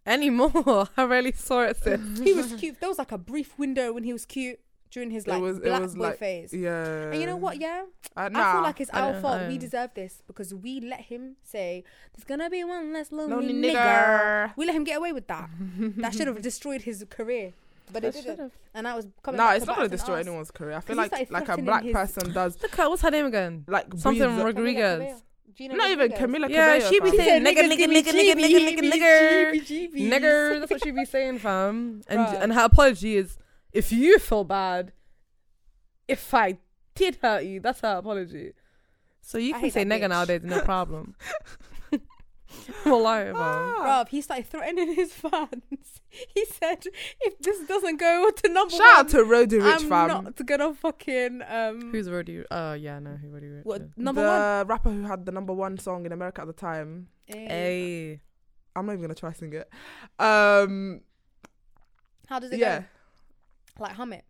anymore. I really saw it. Sis. He was cute. There was like a brief window when he was cute during his It like was- it black was boy like- phase. Yeah. And you know what? Yeah, I, I nah. feel like it's I our don't- fault. I We don't- deserve this because we let him say there's gonna be one less lonely, Lonely nigger. nigger. We let him get away with that. that should have destroyed his career, but it didn't. And that was coming. Nah, back it's to not gonna bite us in destroy the ass. anyone's career. I 'Cause he feel like started like a flirting in black his- person does Look at what's her name again? like Something breathes- reg- Camila Rodriguez. Cabello. Gina Not even Rodriguez. Camila Yeah, Cabello, she be fam. saying He nigga, said, nigga, nigga, nigga, "Nigga, nigga, nigga, nigga, nigga, nigger, GB, GB." nigger. That's what she be saying, fam. And Bruh. and her apology is if you feel bad, if I did hurt you, that's her apology. So you I can hate say that bitch. nigger nowadays, no problem. well, lying, fam. Ah. Bruv, he started threatening his fans. He said, if this doesn't go to number Shout out one, to Roddy Rich, I'm fam. not gonna fucking um. Who's already? Oh yeah, no, who already? what yeah. number the one? rapper who had the number one song in America at the time. Eh, Hey, I'm not even gonna try sing it. Um, How does it yeah. go? Like hum it.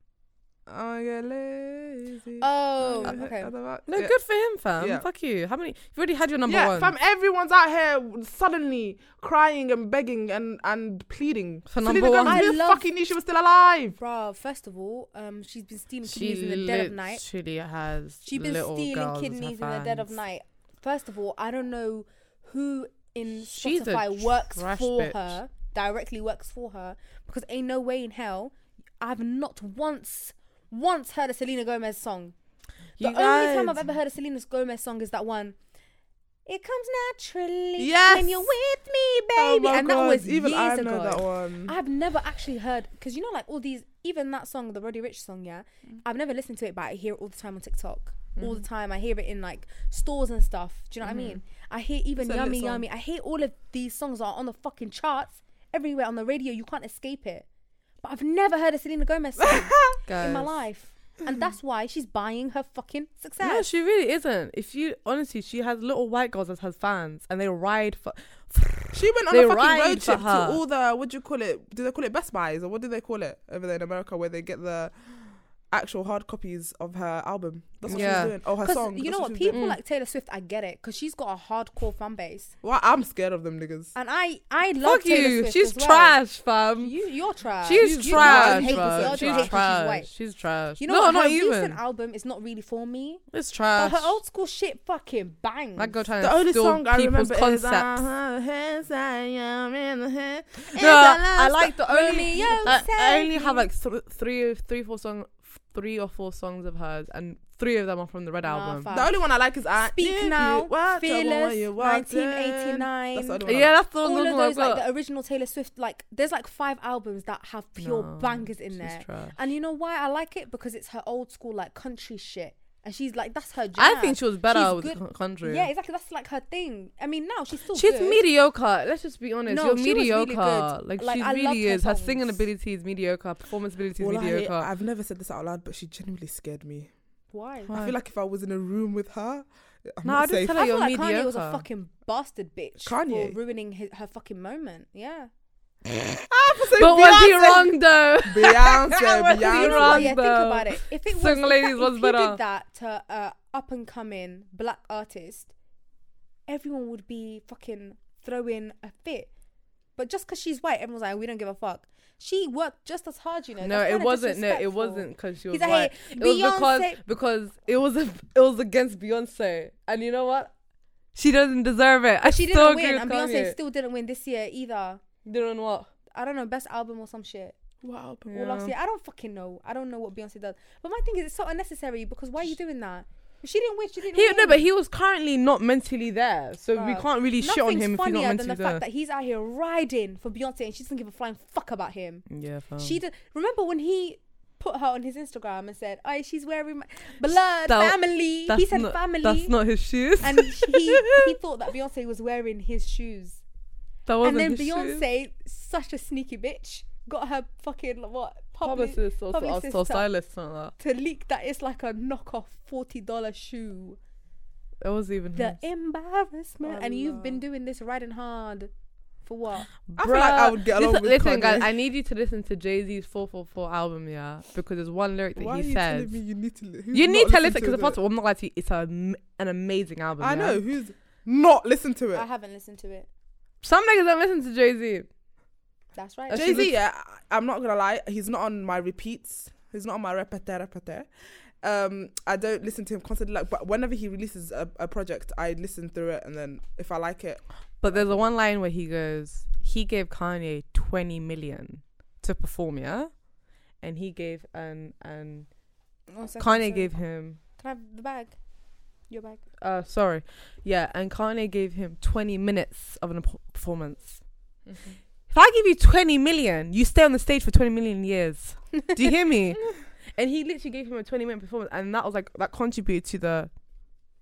I get lazy. Oh, I get okay. otherwise- no, yeah. good for him, fam. Yeah. Fuck you. How many? You've already had your number yeah, one. fam. Everyone's out here suddenly crying and begging and and pleading. For Selena number Gomez, one. I who love- fucking knew she was still alive. Bruh, first of all, um, she's been stealing she kidneys in the dead of night. literally has. She's been little stealing girls as her kidneys in the dead of fans. night. First of all, I don't know who in She's a Spotify works trash for bitch. her, directly works for her, because ain't no way in hell I've not once, once heard a Selena Gomez song. The You only time guys- I've ever heard a Selena Gomez song is that one. It comes naturally Yes. when you're with me, Oh baby, my and that God, was even years I know ago. that one. I've never actually heard because you know, like all these, even that song, the Roddy Rich song, yeah. I've never listened to it, but I hear it all the time on TikTok. All the time, I hear it in like stores and stuff. Do you know what I mean? I hear even It's a lit Yummy song. Yummy. I hear all of these songs are on the fucking charts everywhere on the radio. You can't escape it. But I've never heard a Selena Gomez song in my Guys. life, and that's why she's buying her fucking success. No, she really isn't. If you honestly, she has little white girls as her fans, and they ride for. She went on They a fucking ride road for trip to her. all the what do you call it? Do they call it Best Buys or what do they call it over there in America where they get the actual hard copies of her album? That's what Yeah. she's doing. Oh, her Because song. you That's know what, she was doing. people like Taylor Swift, I get it, because she's got a hardcore fan base, Well, I'm scared of them niggas. and I, I love Fuck Taylor you. Swift She's as well. trash, fam. You, you're trash. She's You- you guys trash, hate this. bro. Y'all She's just hate 'cause trash. she's white. She's trash. You know no, what? not her even. recent album is not really for me. it's But trash. her old school shit fucking bangs. that girl trying The to only steal song I people's remember concepts. is uh-huh. uh, hands I am in the hand. no, I like the only. Romeo I I said only me. have like th- three, three, four song, three or four songs of hers, and three of them are from the Red Nah, album. fam. The only one I like is I Speak If you Now, watch, I want Fearless, you watching. 1989. That's the only one I Yeah, like. that's the all only of one I've those, like got. the original Taylor Swift, like there's like five albums that have pure No, bangers in she's there. trash. And you know why I like it? Because it's her old school like country shit, and she's like that's her. Jam. I think she was better She's with good- con- country. Yeah, exactly. That's like her thing. I mean, now she's still She's good. mediocre. Let's just be honest. No, You're she was really mediocre. good. Like, Like, she I loved really her is. Her songs. singing ability is mediocre. Her Performance ability is Well, mediocre. I, I've never said this out loud, but she genuinely scared me. Why? Why? I feel like if I was in a room with her, I'm No, not I just safe. tell her I feel you're like mediocre. Kanye was a fucking bastard bitch Kanye? for ruining his, her fucking moment. Yeah. but was he wrong though? Beyonce, Was he You Beyonce. know what? wrong, Yeah, think though. about it. If it was, Single if ladies that, was if He better. did that to uh, up and coming black artist, everyone would be fucking throwing a fit. But just because she's white, everyone's like, we don't give a fuck. She worked just as hard, you know. No, That's it kinda wasn't. No, it disrespectful. wasn't because she was He's like, white. hey, It was because Beyonce- because it was a, it was against Beyonce, and you know what? She doesn't deserve it. I She still didn't agree win, with and Kanye. Beyonce still didn't win this year either. didn't what? I don't know, best album or some shit. Wow. Or last Yeah. year, I don't fucking know. I don't know what Beyonce does. But my thing is, it's so unnecessary because why are you doing that? If she didn't win, she didn't He, win. no, but he was currently not mentally there, so we Bruh. can't really shit on Nothing's him if he's not funnier than mentally the fact there. that he's out here riding for Beyonce and she doesn't give a flying fuck about him. Mm, Yeah, fam. She did. Remember when he put her on his Instagram and said, "Oh, she's wearing my blood That- family." He That's said not- family, That's not his shoes. and he he thought that Beyonce was wearing his shoes. that And wasn't then his shoes. Beyonce, such a sneaky bitch, got her fucking what public publicist or, or, publicist or to- stylist something like to leak that it's like a knockoff forty dollar shoe. that. It was even The him. embarrassment, and you've been Allah. doing this riding hard for what? I feel like I would get along listen, with Listen, Kanye. guys, I need you to listen to Jay Z's 444 album, yeah, because there's one lyric that Why are he you says. telling me you need to? li- who's You not need to listened listen because it? I'm not gonna lie to you, it's a, m- an amazing album. I yeah? know who's. not listen to I it. haven't listened to it. Some niggas don't listen to Jay Z. That's right. Uh, she Jay Z, looks- yeah, I- I'm not gonna lie, he's not on my repeats. He's not on my repertoire, repertoire. Um, I don't listen to him constantly. Like, but whenever he releases a, a project, I listen through it, and then if I like it, But there's a one line where he goes, he gave Kanye 20 million to perform, yeah? And he gave, and and One second, sorry. Kanye gave him, Can I have the bag? Your bag. uh, sorry. Yeah, and Kanye gave him 20 minutes of an ap- performance. If I give you 20 million, you stay on the stage for 20 million years. Do you hear me? and he literally gave him a 20 minute performance, and that was like, that contributed to the,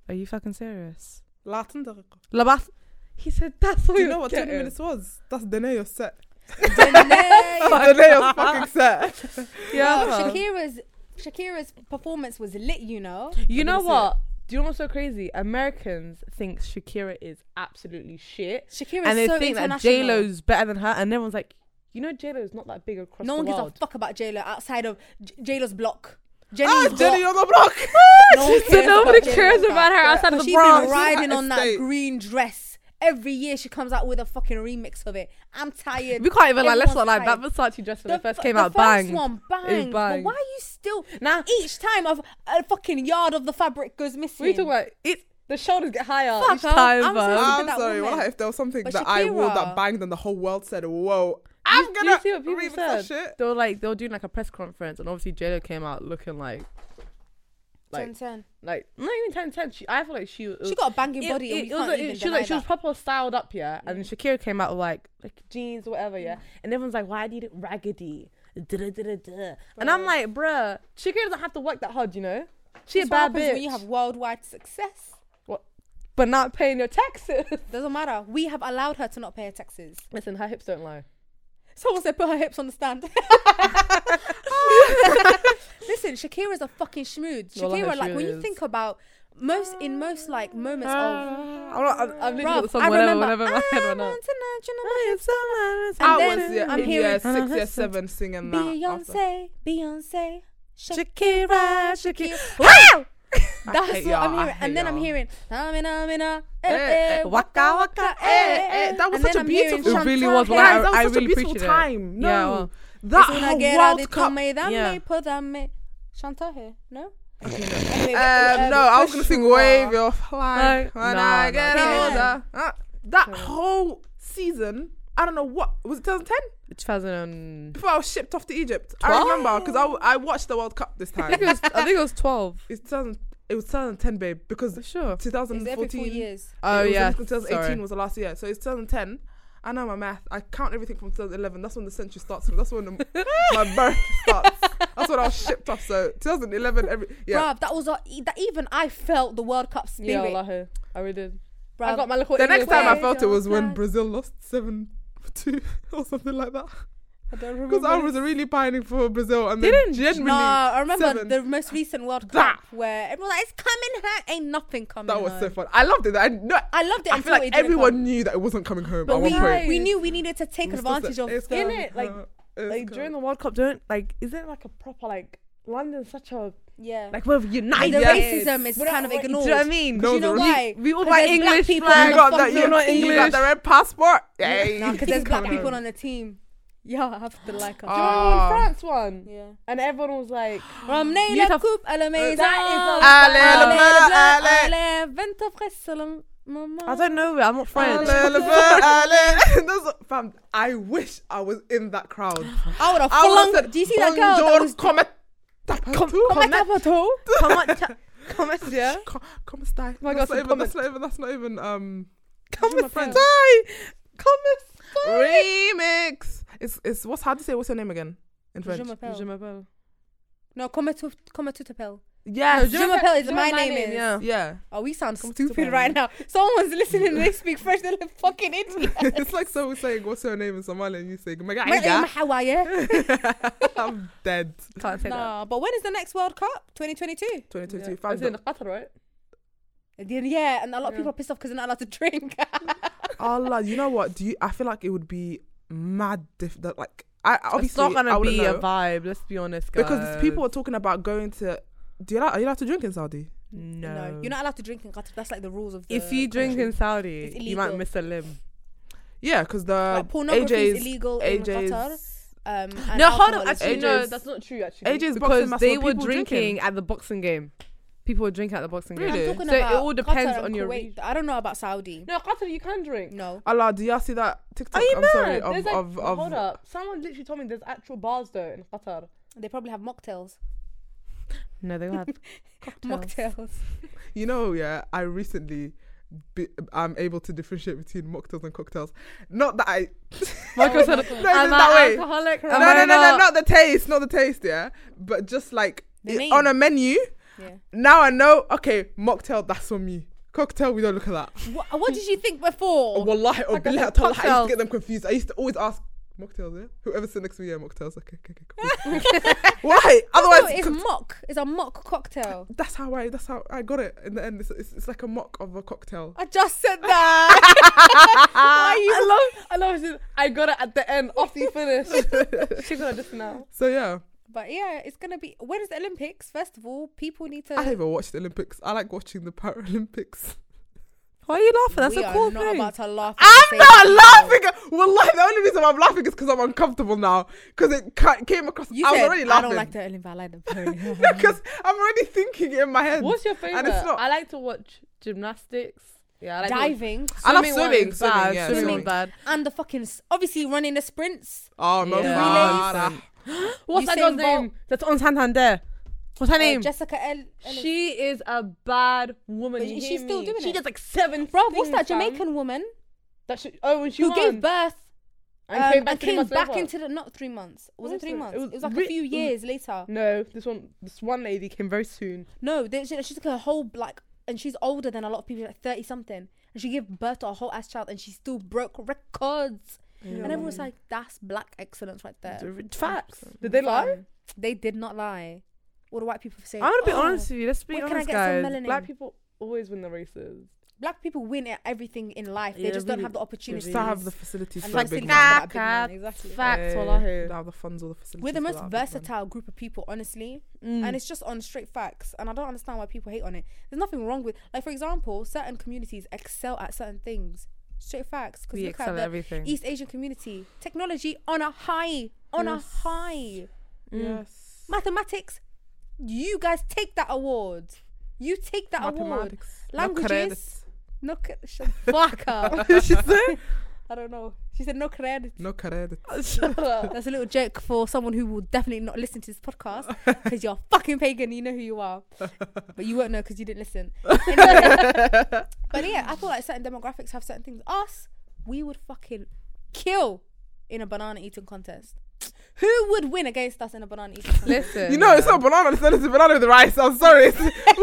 are you fucking serious? Latin. Labath. He said, that's all Do you you know what 20 getting." minutes was? That's Denayo's set. Danae. That's Denayo's fucking set. Yeah. Well, Shakira's Shakira's performance was lit. You know. You I'm know gonna say what? Do you know what's so crazy? Americans think Shakira is absolutely shit, Shakira's and they so think that international. J Lo's better than her, and everyone's like, you know, J Lo's not that big across No the one gives a world. fuck about J Lo outside of J- J Lo's block. Jenny's Ah, block. Jenny on the block. No one so cares nobody about J-Lo. cares about her outside of But the she's Bronx. been riding on that Estate. green dress. Every year she comes out with a fucking remix of it. I'm tired. we can't even like. Let's not Everyone's like that tired. Versace dress when it first f- came the out. first Bang. one banged. But banged. why are you still Nah. each time of a fucking yard of the fabric goes missing? What are you talking about? It. The shoulders get higher Fuck each her. time. I'm so bruv. sick I'm that sorry. woman. Well, if there was something But that I wore that Shakira- banged and the whole world said, "Whoa, Do you- I'm do gonna you see what people remix said? that shit." They were like they were doing like a press conference, and obviously J Lo came out looking like, like 10, 10. like not even ten ten. She, I feel like she was, She got a banging it- body. and it- we it was can't like- even she was like she was deny proper styled up, yeah. And Shakira came out with like like jeans or whatever, yeah. Mm. And everyone's like, why do you do raggedy? Da-da-da-da-da. And Oh. I'm like, bruh, Shakira doesn't have to work that hard, you know. She that. That's what a bad happens bitch, When you have worldwide success, What? but not paying your taxes. doesn't matter. We have allowed her to not pay her taxes. Listen, her hips don't lie. Someone said put her hips on the stand. Listen, Shakira's a fucking schmood. Well, I Shakira, hope like she when you is. think about most in most like moments of I'm, not, I'm, I'm literally Bruv, got the song I whenever, remember, whenever my head "I'm went up. on tonight, you know I am so And I then was yeah, I'm in hearing- year six, year Beyonce. seven, singing that. after. Beyonce, Beyonce, Shakira. Shakira, Shakira. Wow! I That's hate what y'all, I'm I hearing, hate and then I'm y'all. hearing na na na na Eh, eh eh eh, waka waka eh eh. eh, that was And such then a I'm hearing beautiful- It really Chantal was, but Hare. I- Guys, that was such really a beautiful appreciate it. time. No, Yeah, well, that It's when I whole get out, World it Cup. come me, that Yeah. me, put that me. Chantal here, no? uh, Um, no, I was gonna sing "Wave Your Flag" No, when no, I no, get no. older. Uh, That whole season, I don't know what was it 2010 2000 and... before I was shipped off to Egypt. I Twelve? remember because I, w- I watched the World Cup this I time. think it was, I think it was 12. it's 2000, it was 2010, babe, because For sure. It's 2014. every four years. Oh, it was yeah. only from 2018 sorry. was the last year, so it's 2010. I know my math. I count everything from 2011. That's when the century starts. That's when the, my birth starts. That's when I was shipped off. So 2011. Every yeah. Bruv, that was our, e- that even I felt the World Cup Yeah, spirit. Wallahi. I really did. bruv. I got my little the next time I Wave felt it your was when flag. Brazil lost seven two or something like that. Oh I don't remember. Because I was really pining for Brazil, and Didn't- then genuinely, no, I remember seven. the most recent World That. Cup where everyone was like, it's coming home. Ain't nothing coming that was so home." fun. I loved it. I no, I loved it I until feel it like didn't everyone come. knew that it wasn't coming home But at we, one point. we knew we needed to take advantage of It's In coming it, like- home. Like, It's during coming. the World Cup, don't, like, isn't like a proper, like, London's such a, yeah. like, we're and the united. yes. racism is We're kind of not- do you ignored. know what I mean? Do No, you know the re- why? We all 'Cause wear there's black English people flag. on you the got that. fucking You, You're not team. you got English. the red passport. Yay. Nah, because Keep there's black coming. people on the team. Yeah, I have to like her. Do you remember Ah. when France won? yeah. And everyone was like, From You'd Nayla have- Coop Alameza. That is a- I don't know, I'm not French. That's what- Fam, I wish I was in that crowd. I would have Ah, I would have flung. said, Do you see that girl that "Bonjour, was comment- Com- Come comment, back up at all? comment, comment, yeah? Co- Come stay. my that's, God, some not even, that's not even. That's not even. Um, Come my and friend. die. Come and die. remix. It's it's what's how to say what's your name again in Je French? m'appelle. Je m'appelle. No, come to come to t'appelle. Yes. Je m'appelle is my name is. Yeah. Yeah. Oh, we sound Come to stupid t'appelle. right now. Someone's listening and they speak French. They're like fucking idiot. it's like someone saying what's your name in Somali and you say My name "Magaiga." is Hawaii. I'm dead. Can't say that. Nah, but when is the next World Cup? 2022. 2022. Yeah. Found It's in it. Qatar, right? And then, Yeah, and a lot of Yeah. people are pissed off because they're not allowed to drink. Allah, you know what? Do you? I feel like it would be mad diff- that like I obviously it's not I gonna wouldn't be know, a vibe. Let's be honest, guys. because people are talking about going to. Do you like, are you allowed to drink in Saudi? No. You're not allowed to drink in Qatar. That's like the rules of. The if you drink country. in Saudi, It's you might illegal. miss a limb. Yeah, because the like, pornography is AJ's illegal in Qatar. AJ's Um, and no, hold alcohol on. is Actually, legal. no, AJ's that's not true. Actually, AJ's boxing because match, they but were people drinking, drinking. at the boxing game. People were drinking at the boxing Really? game. I'm talking So it about all depends Qatar on and your Kuwait. region. I don't know about Saudi. No, Qatar, you can drink. No. Allah, do y'all see that TikTok? Are Oh, you I'm mad? sorry, of, There's, like- of, of hold up. Someone literally told me there's actual bars though in Qatar. They probably have mocktails. No, they have Mocktails. You know, yeah, I recently be, I'm able to differentiate between mocktails and cocktails. Not that I Michael said, no, Am no, "Am that I way. No, alcoholic? no, Am I no, no, not?" not the taste, not the taste, yeah. But just like The it- name. on a menu, Yeah. now I know. Okay, mocktail, that's for me. Cocktail, we don't look at that. What, what did you think before? Wallahi, oh, Like I billahi, said, tallahi, I used cocktails. to get them confused. I used to always ask mocktails, yeah. Whoever sits next to me, yeah, mocktails. Okay, okay, okay. Cool. Why? Otherwise, no, it's cock- mock. It's a mock cocktail. that's how I. That's how I got it. In the end, it's, it's, it's like a mock of a cocktail. I just said that. Why I love, I love it. I got it at the end after you finished. she got it just now. So yeah. but yeah, it's gonna be. When is the Olympics? First of all, people need to. I never watched the Olympics. I like watching the Paralympics. Why are you laughing? we are not about to laugh. at the I'm same not people. laughing. Well, like, the only reason I'm laughing is because I'm uncomfortable now. Because it ca- came across. You I was said, already laughing. I don't like the Olympics. I like the because I'm already thinking it in my head. What's your favorite? not- I like to watch gymnastics. Yeah, I like to watch- diving I love one swimming, is swimming, bad, yeah, swimming, swimming. is bad. and the fucking s- obviously running the sprints. Oh, no. Yeah. Farah. Relays. What's that Usain girl's Bolt. name? Ah. Oh, That's on Santander. What's her Uh, name? Jessica L. Ellis. she is a bad woman. But you she's hear still me? doing She it. does like seven. Bro, what's things, that fam. Jamaican woman That she, oh, when she who won. gave birth and um, came back, and three came months back later. into the not three months? Was What it was three it? months? It It was was, like re- a few it was- years later. No, this one, this one lady came very soon. No, they, she, she took her whole like, and she's older than a lot of people, like thirty something, and she gave birth to a whole ass child, and she still broke records. And everyone's like, "That's black excellence right there." Facts. Did they lie? Fam, Um, They did not lie. All the white people say. I'm gonna be "Oh, honest with you. Let's be where can I honest, get some guys. melanin? Black people always win the races. Black people win at everything in life. They Yeah, just really, don't have the You opportunities. still have the facilities And for a like big Sydney man. had that big man, exactly. Facts, Eh, wallahi. They have the funds or the facilities. We're the for most that big man. versatile group of people, honestly. Mm. and it's just on straight facts and i don't understand why people hate on it there's nothing wrong with like for example certain communities excel at certain things straight facts because we look excel at at the everything. east asian community technology on a high on Yes. a high Mm. Yes. mathematics you guys take that award you take that award Mathematics. No Languages. credits. no cre- shut the fuck up she said? i don't know she said no credit No credit. Shut up. that's a little joke for someone who will definitely not listen to this podcast because you're fucking pagan. You know who you are, but you won't know because you didn't listen. Anyway, but yeah, I feel like certain demographics have certain things. Us, we would fucking kill in a banana eating contest. Who would win against us in a banana eating contest? Listen. You know, it's not banana. It's not it's a banana with rice. I'm sorry. It's-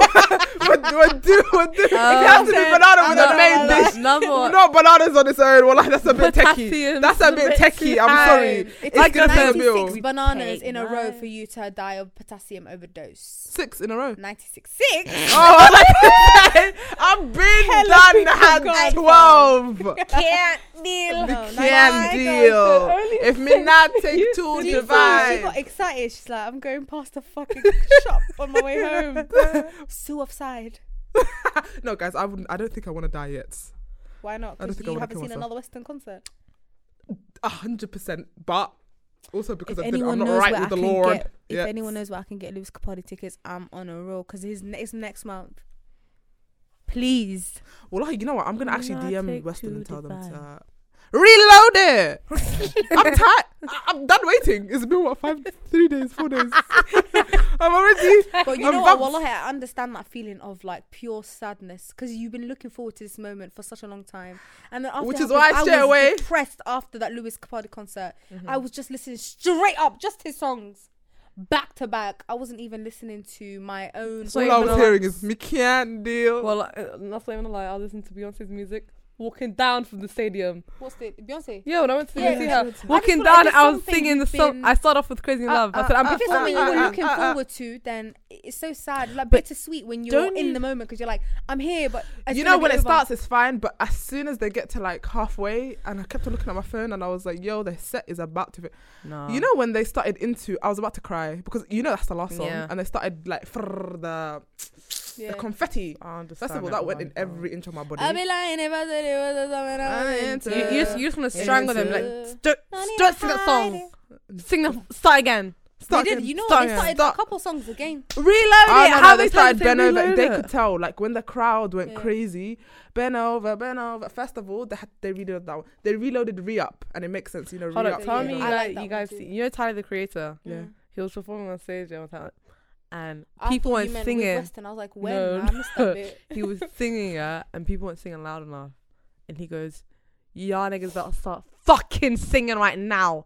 what, what do? What do? it Oh, has to be Um, banana with a main dish. Number Not bananas on its own. Well, that's a bit techie. Potassium's That's a bit techie. I'm sorry. high. It It's takes gonna pay the 96 bill. bananas Take in a row mine. for you to die of potassium overdose. Six in a row. 96. Six. Oh, I like to say, I'm being done had guys. 12. Can't deal. No, Can't deal. If me not take two Do you see? She got divide. excited. She's like, I'm going past the fucking shop on my way home. Suicide. No, guys, I wouldn't. I don't think I want to die yet. Why not? I Because don't think you I wanna haven't kill seen myself. another Western concert. A hundred percent. But also because if I've been, I'm anyone not knows right where with the I can Lord. get, if Yeah. anyone knows where I can get Lewis Capaldi tickets, I'm on a roll because his ne- it's next month. Please. Well, like, you know what? I'm gonna actually Nah, DM take Weston two and tell them Dubai. to uh, reload it. I'm tired. I- I'm done waiting. It's been what five, three days, four days. I'm already. But you I'm know what? vamped. Wallahi, I understand that feeling of like pure sadness because you've been looking forward to this moment for such a long time, and then after Which it is why happened, I straight was away- Mm-hmm. depressed after that Lewis Capaldi concert. I was just listening straight up, just his songs, back to back. I wasn't even listening to my own. So- All I was Wait, hearing is me can't deal. Well, uh, that's not even a lie. I listened to Beyonce's music walking down from the stadium. What's the Beyonce? Yeah, when I went to Yeah, see yeah. her, I walking just feel like down, it's I was something singing the you've song. been- I started off with Crazy Uh, Love. I said, uh, I'm uh, If it's Uh, something you uh, were uh, looking uh, uh. forward to, then it's so sad, like But bittersweet when you're don't in you- the moment because you're like, I'm here, but it's you gonna know be when it over. starts, it's fine. But as soon as they get to like halfway, and I kept on looking at my phone, and I was like, "Yo, the set is about to." Be. uh, no. You know when they started into, I was about to cry because you know that's the last song, Yeah. and they started like frrr, the Yeah. the confetti. I understand. First of all, that went in every inch of my body. I'll be lying if I said it wasn't something I I meant ain't, to. You, you just, you just want to Yeah. strangle them. Like, st- don't sing that song. Sing the start again. They Start did. again. You know Start what? They again. started a Start. couple songs again. Reload Oh, it. no, How no, many they times started they bent over. reload They it? could tell, like when the crowd went Yeah. crazy, bent over, bent over. First of all, they had they reloaded that one. They reloaded re up, and it makes sense, you know. Hold re up, Yeah, up. tell yeah, me, yeah. you I like guys, that you one guys, too. see- you know Tyler the Creator. Yeah. He was performing on stage the other time, and I people thought weren't Um, you meant With singing. Western. I was like, when? No, I missed that no. bit. He was singing, yeah, and people weren't singing loud enough. And he goes, "Y'all niggas better start fucking singing right now."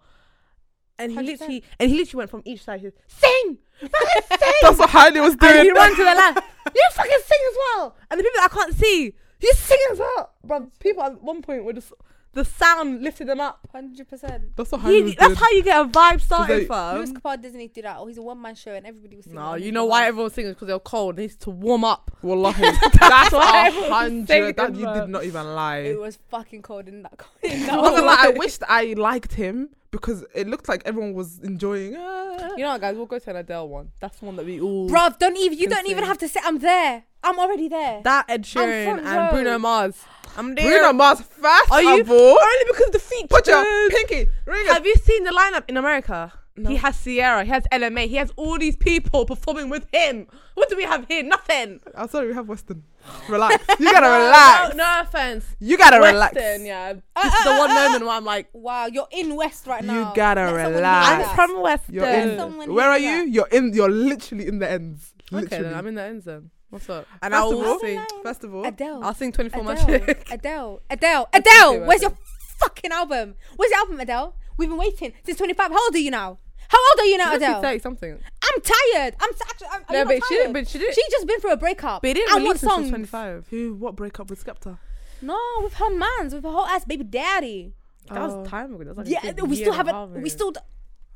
And he 100%. literally, and he literally went from each side. He goes, "Sing, fucking sing!" That's what Hailey was doing. And you run to the left. You fucking sing as well. And the people that I can't see, you sing as well. But people at one point were just the sound lifted them up. Hundred percent. That's what Hailey He, was that's doing. how you get a vibe started, they- Lewis fam. Capaldi doesn't need to do that. Oh, he's a one man show, and everybody was singing. No, on Um, you his know why behalf. everyone's singing because they're cold. It needs to warm up. Wallahi, that's why I a was hundred. saying That you that. did not even lie. It was fucking cold in that. In I that one. wasn't like I wished I liked him because it looked like everyone was enjoying. uh, You know what, guys? We'll go to an Adele one. That's the one that we all. Bruv, don't even. You don't Insane. even have to say I'm there. I'm already there. That Ed I'm Sheeran front and Bruno row. Mars. I'm there. Bruno Mars, first Are you- of all, Only because the feet. put your Dude. pinky ring. Have you seen the lineup in America? No. He has Sierra, he has LMA, he has all these people performing with him. What do we have here? Nothing. I'm Oh, sorry, we have Western. Relax. You gotta relax. No, no offense. You gotta relax. Western, yeah. Uh, This is the one moment where I'm like, Wow, you're in West right You now. gotta Let someone hear relax. that. I'm from Western. You're Let in. someone Where hear are that. you? You're in. You're literally in the ends. okay, Literally. then I'm in the end zone. What's up? And and first I of all, will That's sing. a line. first of all, Adele. I'll sing 24 Adele, magic. Adele, Adele, Okay, Adele, well where's your done. fucking album? Where's your album, Adele? We've been waiting since 25. How old are you now? How old are you now, Must be Adele? 30 something. I'm tired. I'm t- actually. I'm, No, I'm not but she tired. didn't. But she didn't. She just been through a breakup. but it didn't and release what until songs? 25. who? What breakup with Skepta? No, with her man's, with her whole ass baby daddy. That was time ago. That was like Oh, a yeah, good we year still and a half haven't. We ago. still. d-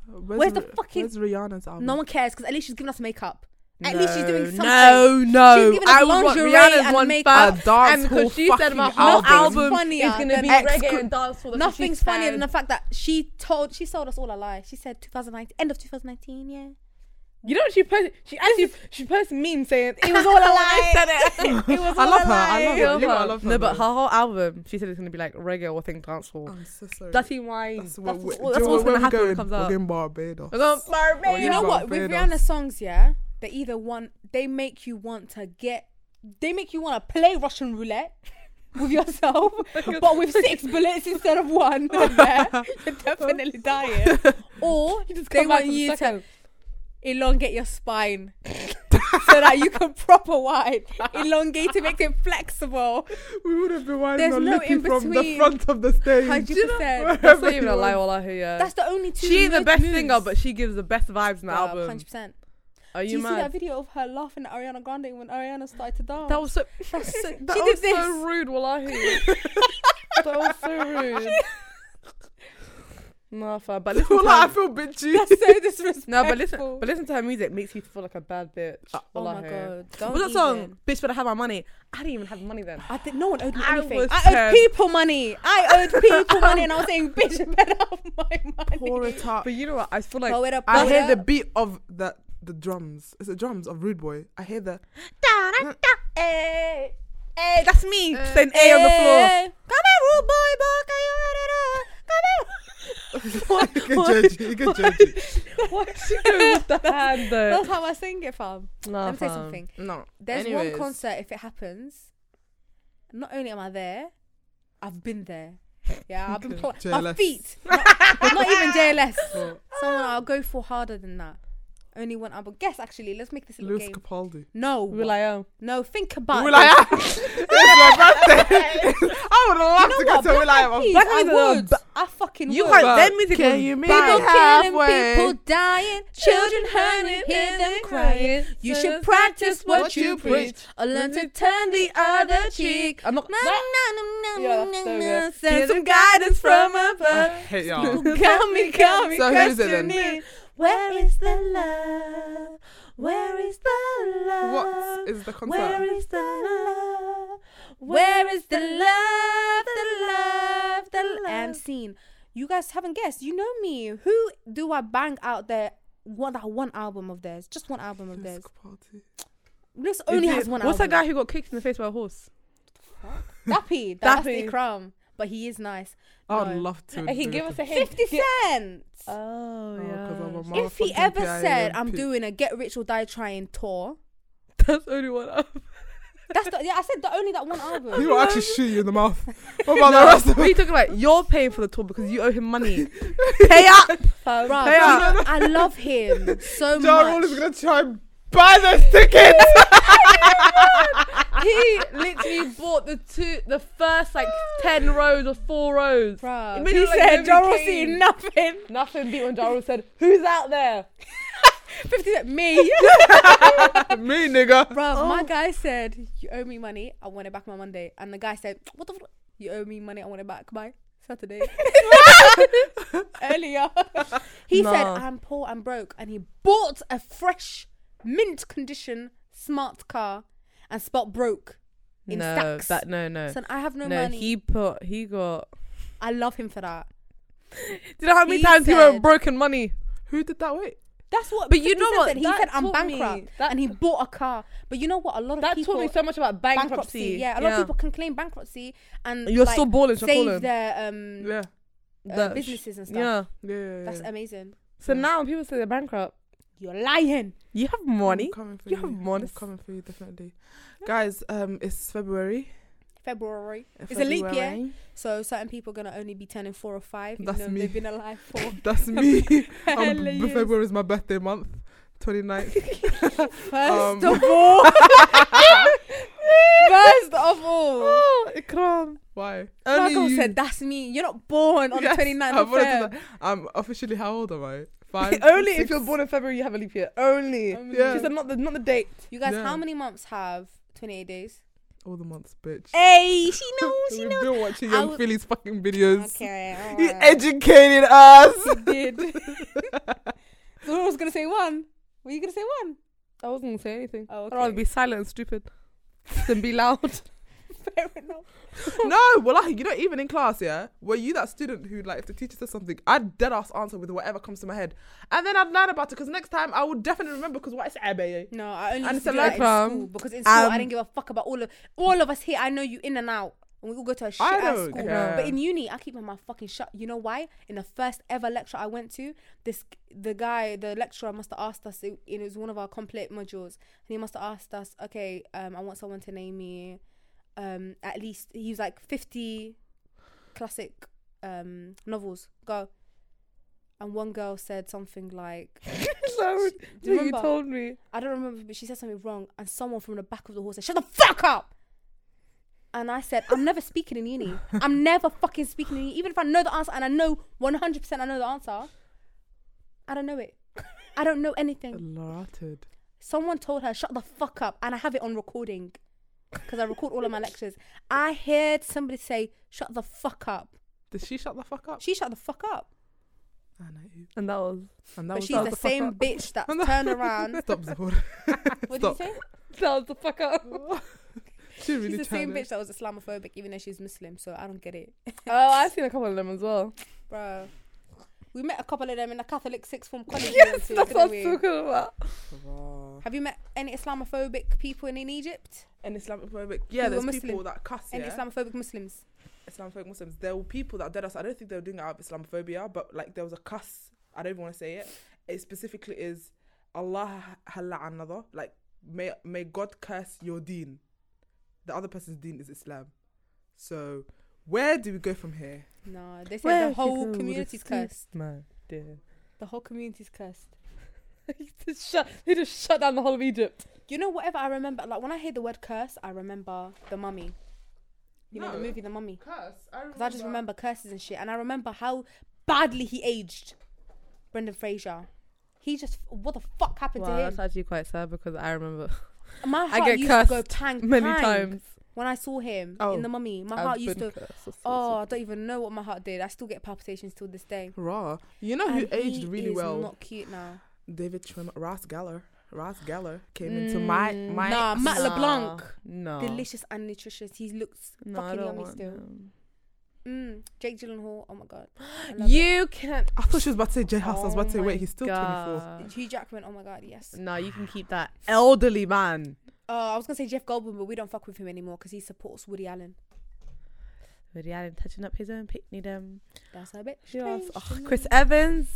Where's, where's the Ri- fucking- Where's Rihanna's album? No one cares because at least she's giving us makeup. At least she's doing something. No, no. She's giving us I would want lingerie Rihanna's and one makeup. A dance and because hall she said fucking my whole album. album Nothing's is gonna funnier be than- reggae and dancehall. That's what she Nothing's funnier than said. the fact that she told she sold us all a lie. She said 2019, end of 2019, yeah. You know what she posted? She actually she posted memes saying it was all a lie. said it. it was I all love a her. lie. I love her. You know I love her, No, but her though. whole album, she said it's gonna be like reggae or thing dancehall. Oh, I'm so sorry. Dirty wine. That's, That's what we- what's- do that's you know what's where gonna we happen when going? it comes Uh, We're out. going Barbados. We're going Well, Barbados. you know what? With Barbados. Rihanna's songs, yeah, they either want they make you want to get they make you want to play Russian roulette with yourself, but with six bullets instead of one. yeah, you're definitely dying. Or they want you to elongate your spine so that you can proper wide, elongate to make it flexible. We would have been There's winding on no Lippy from the in-between. front of the stage. Hundred percent. That's not Wherever even he a lie, was. wallahi, yeah. That's the only two. she ain't the mid best moves. singer, but she gives the best vibes in the album. Hundred percent. Are Do you you see that mad? video of her laughing at Ariana Grande when Ariana started to dance? That was Oh, so. That's so- That she was did so this. rude, wallahi. that was so rude. Nah, fam, but listen to Wallah, I her, feel bitchy. That's so disrespectful. no, but listen, but listen to her music makes you feel like a bad bitch. Oh my wallahi. god. Don't What's that even. song? Bitch, but I have my money. I didn't even have money then. I think no one owed me I anything. was I owed ten. people money. I owed people money, and I was saying, "Bitch, you better have my money." Pour it up. But you know what? I feel like Pour it up. I pour it hear the up. beat of the the drums. It's the drums of Rude Boy. I hear the. eh, hey, hey, that's me. Just an A on the Hey, eh. Come here, rude boy, boy. Can you ready to- Come floor. You can judge. You can judge. What's she doing with the hand here. though? That's how I sing it, fam. uh, Nah, Let me say fam. something. No. There's Anyways. one concert if it happens. Not only am I there, I've been there. Yeah, I've been pl- my JLS. feet. Not, not even JLS. Oh, Someone I'll go for harder than that. Only one album. Guess actually, let's make this a little Lewis game. Capaldi. no, Will I am. no. Think about Will it. I am? it's my birthday. I would love You to know go what? to Will Black I am. Eyed Peas, Black I Eyed Peas are would. b- I fucking You would. heard that music was bad. People Right killing, people dying, children hurting, hear them crying. You should practice what you preach, or learn to turn the other cheek. I'm not. Na, that- na, na, na, Yeah, na, that's so na, good. Send Hear some them- guidance from above. hate People got me, got me So who's it then? questioning. Where is the love? Where is the love? What is the concert? Where is the love? Where is the love? The love, the love. And scene. You guys haven't guessed. You know me. Who do I bang out there? One that one album of theirs, just one album of Lewis theirs. Capaldi. This only Is has it- one What's album. that guy who got kicked in the face by a horse? Dappy. That's the Dappy. crumb. But he is nice. I would No. love to. Okay, do give it. us a hint. 50 Cent. Oh, yeah. if he motherfucking ever PIMP. said, I'm doing a Get Rich or Die Trying tour, That's the only one. Up. that's the, yeah, I said the only that one He album. will actually shoot you in the mouth. What about the rest of What are it? you talking about? You're paying for the tour because you owe him money. Pay up. Bruh, you Hey, uh, know, I love him so John Roll much. is gonna try and buy those tickets. he literally bought the two, the first like ten rows or four rows. Bruh. He said, "Ja Rule seen seen nothing. Nothing beat when Jarrell said, "Who's out there?" 50 Cent, me. Me, nigga. Bruh, my guy said, You owe me money, I want it back on Monday. And the guy said, What the fuck? You owe me money, I want it back by Saturday. Earlier. He said, Nah. I'm poor, I'm broke. And he bought a fresh, mint condition, smart car and spot broke in no, stacks. that no, no, Son, I have no, no. money. He put, he got. I love him for that. Do you know how many He times he went said- broken money? Who did that wait? That's what. But you 50 know Cent what? Said. He That said, "I'm taught me- bankrupt," that- and he bought a car. But you know what? A lot of That people taught me so much about bankruptcy. bankruptcy. Yeah, a lot of people can claim bankruptcy and You're like, still balling, still save calling. their um Yeah, uh, The- businesses and stuff. Yeah. yeah. yeah, That's yeah. amazing. So now people say they're bankrupt. You're lying. You have I'm money. coming for You you. have money. I'm coming for you definitely, guys. Um, it's February. February. It's a leap year. February. So certain people gonna only be turning four or five. Even That's though me. They've been alive for That's me. hella um, b- years. February is my birthday month. 29th. First Um, of all, first of all, oh, Ikram. Why? Marco said, "That's me. You're not born on Yes, the 29th I've of already done Feb." that. I'm officially how old am I? Five. Only if six? you're born in February, you have a leap year. Only. Um, Yeah. She said not the not the date. You guys, Yeah. how many months have 28 days? All the months, bitch. Hey, she knows, We've been watching I Young would- Philly's fucking videos. Okay. He alright. educated us. He did. so I was gonna say one. Were you gonna say one? I wasn't gonna say anything. Oh, I'd rather be silent and stupid than be loud. fair enough. no, well, like, you know, even in class, yeah, were you that student who, like, if the teacher says something, I'd dead ass answer with whatever comes to my head. And then I'd learn about it because next time I would definitely remember because what is Abe? No, I only used And to it's do a that in lifelong, school because in school I um, didn't give a fuck about all of all of us here. I know you in and out, and we all go to a shit ass don't school. care. But in uni, I keep my mouth fucking shut. You know why? In the first ever lecture I went to, this the guy, the lecturer, must have asked us. It, it was one of our complete modules, and he must have asked us, okay, um, I want someone to name me, um, at least he was like fifty classic um novels. Go. And one girl said something like, Sorry. Do you you remember? told me. I don't remember, but she said something wrong, and someone from the back of the hall said, "Shut the fuck up!" And I said, "I'm never speaking in uni. I'm never fucking speaking in uni. Even if I know the answer, and I know 100, percent I know the answer, I don't know it. I don't know anything." Lotted. Someone told her, "Shut the fuck up," and I have it on recording because I record all of my lectures. I heard somebody say, "Shut the fuck up." Did she shut the fuck up? She shut the fuck up, I know you. And that was And that but was she's that the was same fuck up. bitch that turned around. Stop, Zahor. What did you Stop. say? that was the fuck up. She really She's the tried same it. bitch that was Islamophobic, even though she's Muslim. So I don't get it. Oh, I've seen a couple of them as well. Bro. We met a couple of them in a Catholic sixth form college. we went yes, to, that's didn't what I'm we? talking about. Have you met any Islamophobic people in, in Egypt? And Islamophobic. Yeah, Who were there's people Muslim. that cuss. Any yeah? Islamophobic Muslims? Islamophobic Muslims. There were people that did us. I don't think they were doing it out of Islamophobia, but like there was a cuss. I don't even want to say it. It specifically is Allah hala another. Like may may God curse your deen. The other person's deen is Islam. So where do we go from here? No, they Where said you the whole go community's with a cursed. No, dear. The whole community's cursed. he, just shut, he just shut down the whole of Egypt. You know, whatever I remember, like when I hear the word curse, I remember the mummy. You know, the No. movie The Mummy. Curse. I Because I just remember curses and shit. And I remember how badly he aged. Brendan Fraser. He just, what the fuck happened Wow, to him? that's actually quite sad because I remember My I heart get used to go cursed pang, many pang times. when I saw him Oh, in The Mummy. My heart used to Oh, I don't even know what my heart did. I still get palpitations till this day. Raw. You know who And aged he really is well? Not cute now. David Trimmer. Ross Geller. Ross Geller came into my Mm, my. mm, nah, Matt LeBlanc. No. Delicious and nutritious. He looks fucking yummy still. Mm, Jake Gyllenhaal. Oh my god. I love You can't. I thought she was about to say Jay House. I was about to say, Oh my wait, he's still 24. it. God. Hugh Jackman. Oh my god. Yes. No, you can keep that elderly man. Oh, I was gonna say Jeff Goldblum, but we don't fuck with him anymore because he supports Woody Allen. Woody Allen touching up his own picnic. Um, That's a bit. who else? strange Oh, to me. Chris Evans.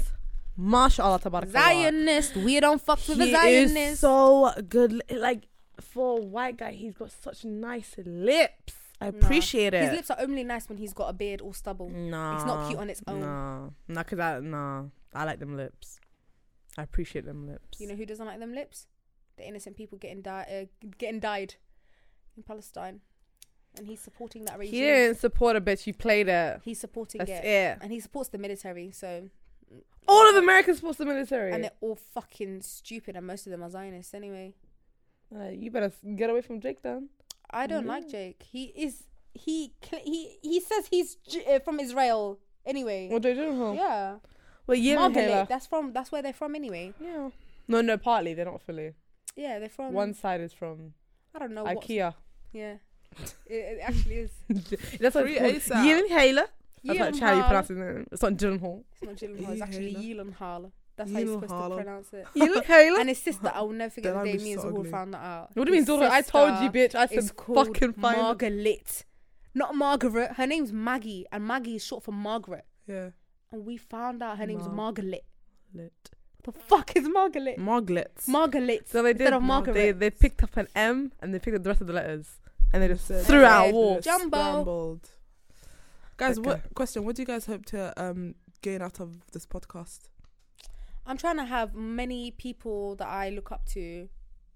MashaAllah tabarak. Zionist. We don't fuck with a He Zionist. is so good. Like for a white guy, he's got such nice lips. I Nah. appreciate His it. lips are only nice when he's got a beard or stubble. Nah, It's not cute on its own. Nah, nah, cause I nah, I like them lips. I appreciate them lips. You know who doesn't like them lips? The innocent people getting di- uh, getting died in Palestine, and he's supporting that he regime. didn't support a bitch. He played it. He's supporting That's it, it. and he supports the military. So All of America supports the military. and they're all fucking stupid, and most of them are Zionists anyway. Uh, you better s- get away from Jake then. I don't Yeah. like Jake. He is he cl- he he says he's J- uh, from Israel anyway. Or Jake Gyllenhaal. Yeah, Well, yeah, Margaret, that's from that's where they're from anyway. Yeah. No, no, partly they're not fully. Yeah, they're from. One side is from I don't know. What, IKEA. yeah, it, it actually is. That's what Free it's called. ASAP. Inhaler. That's Yeelan like how you Hall. pronounce it. It's not Gyllenhaal. It's not Gyllenhaal. It's actually Yeelenhaal. That's how Yeelan you're supposed Hall. to pronounce it. Inhaler. And his sister, I will never forget That the day language me is and so Zahul ugly. found that out. What do you mean, His Zora? I told you, sister bitch. I said is called fucking fine. Margaret, not Margaret. Her name's Maggie, and Maggie is short for Margaret. Yeah. And we found out her name's Mar- Margaret. The fuck is Margaret? Marglets. Margaret. so they instead did. of Margaret. They, they picked up an M and they picked up the rest of the letters and they just Said threw out Okay. a wall. Just- Jumbo. Scrambled. Guys, Okay. what question? What do you guys hope to um gain out of this podcast? I'm trying to have many people that I look up to,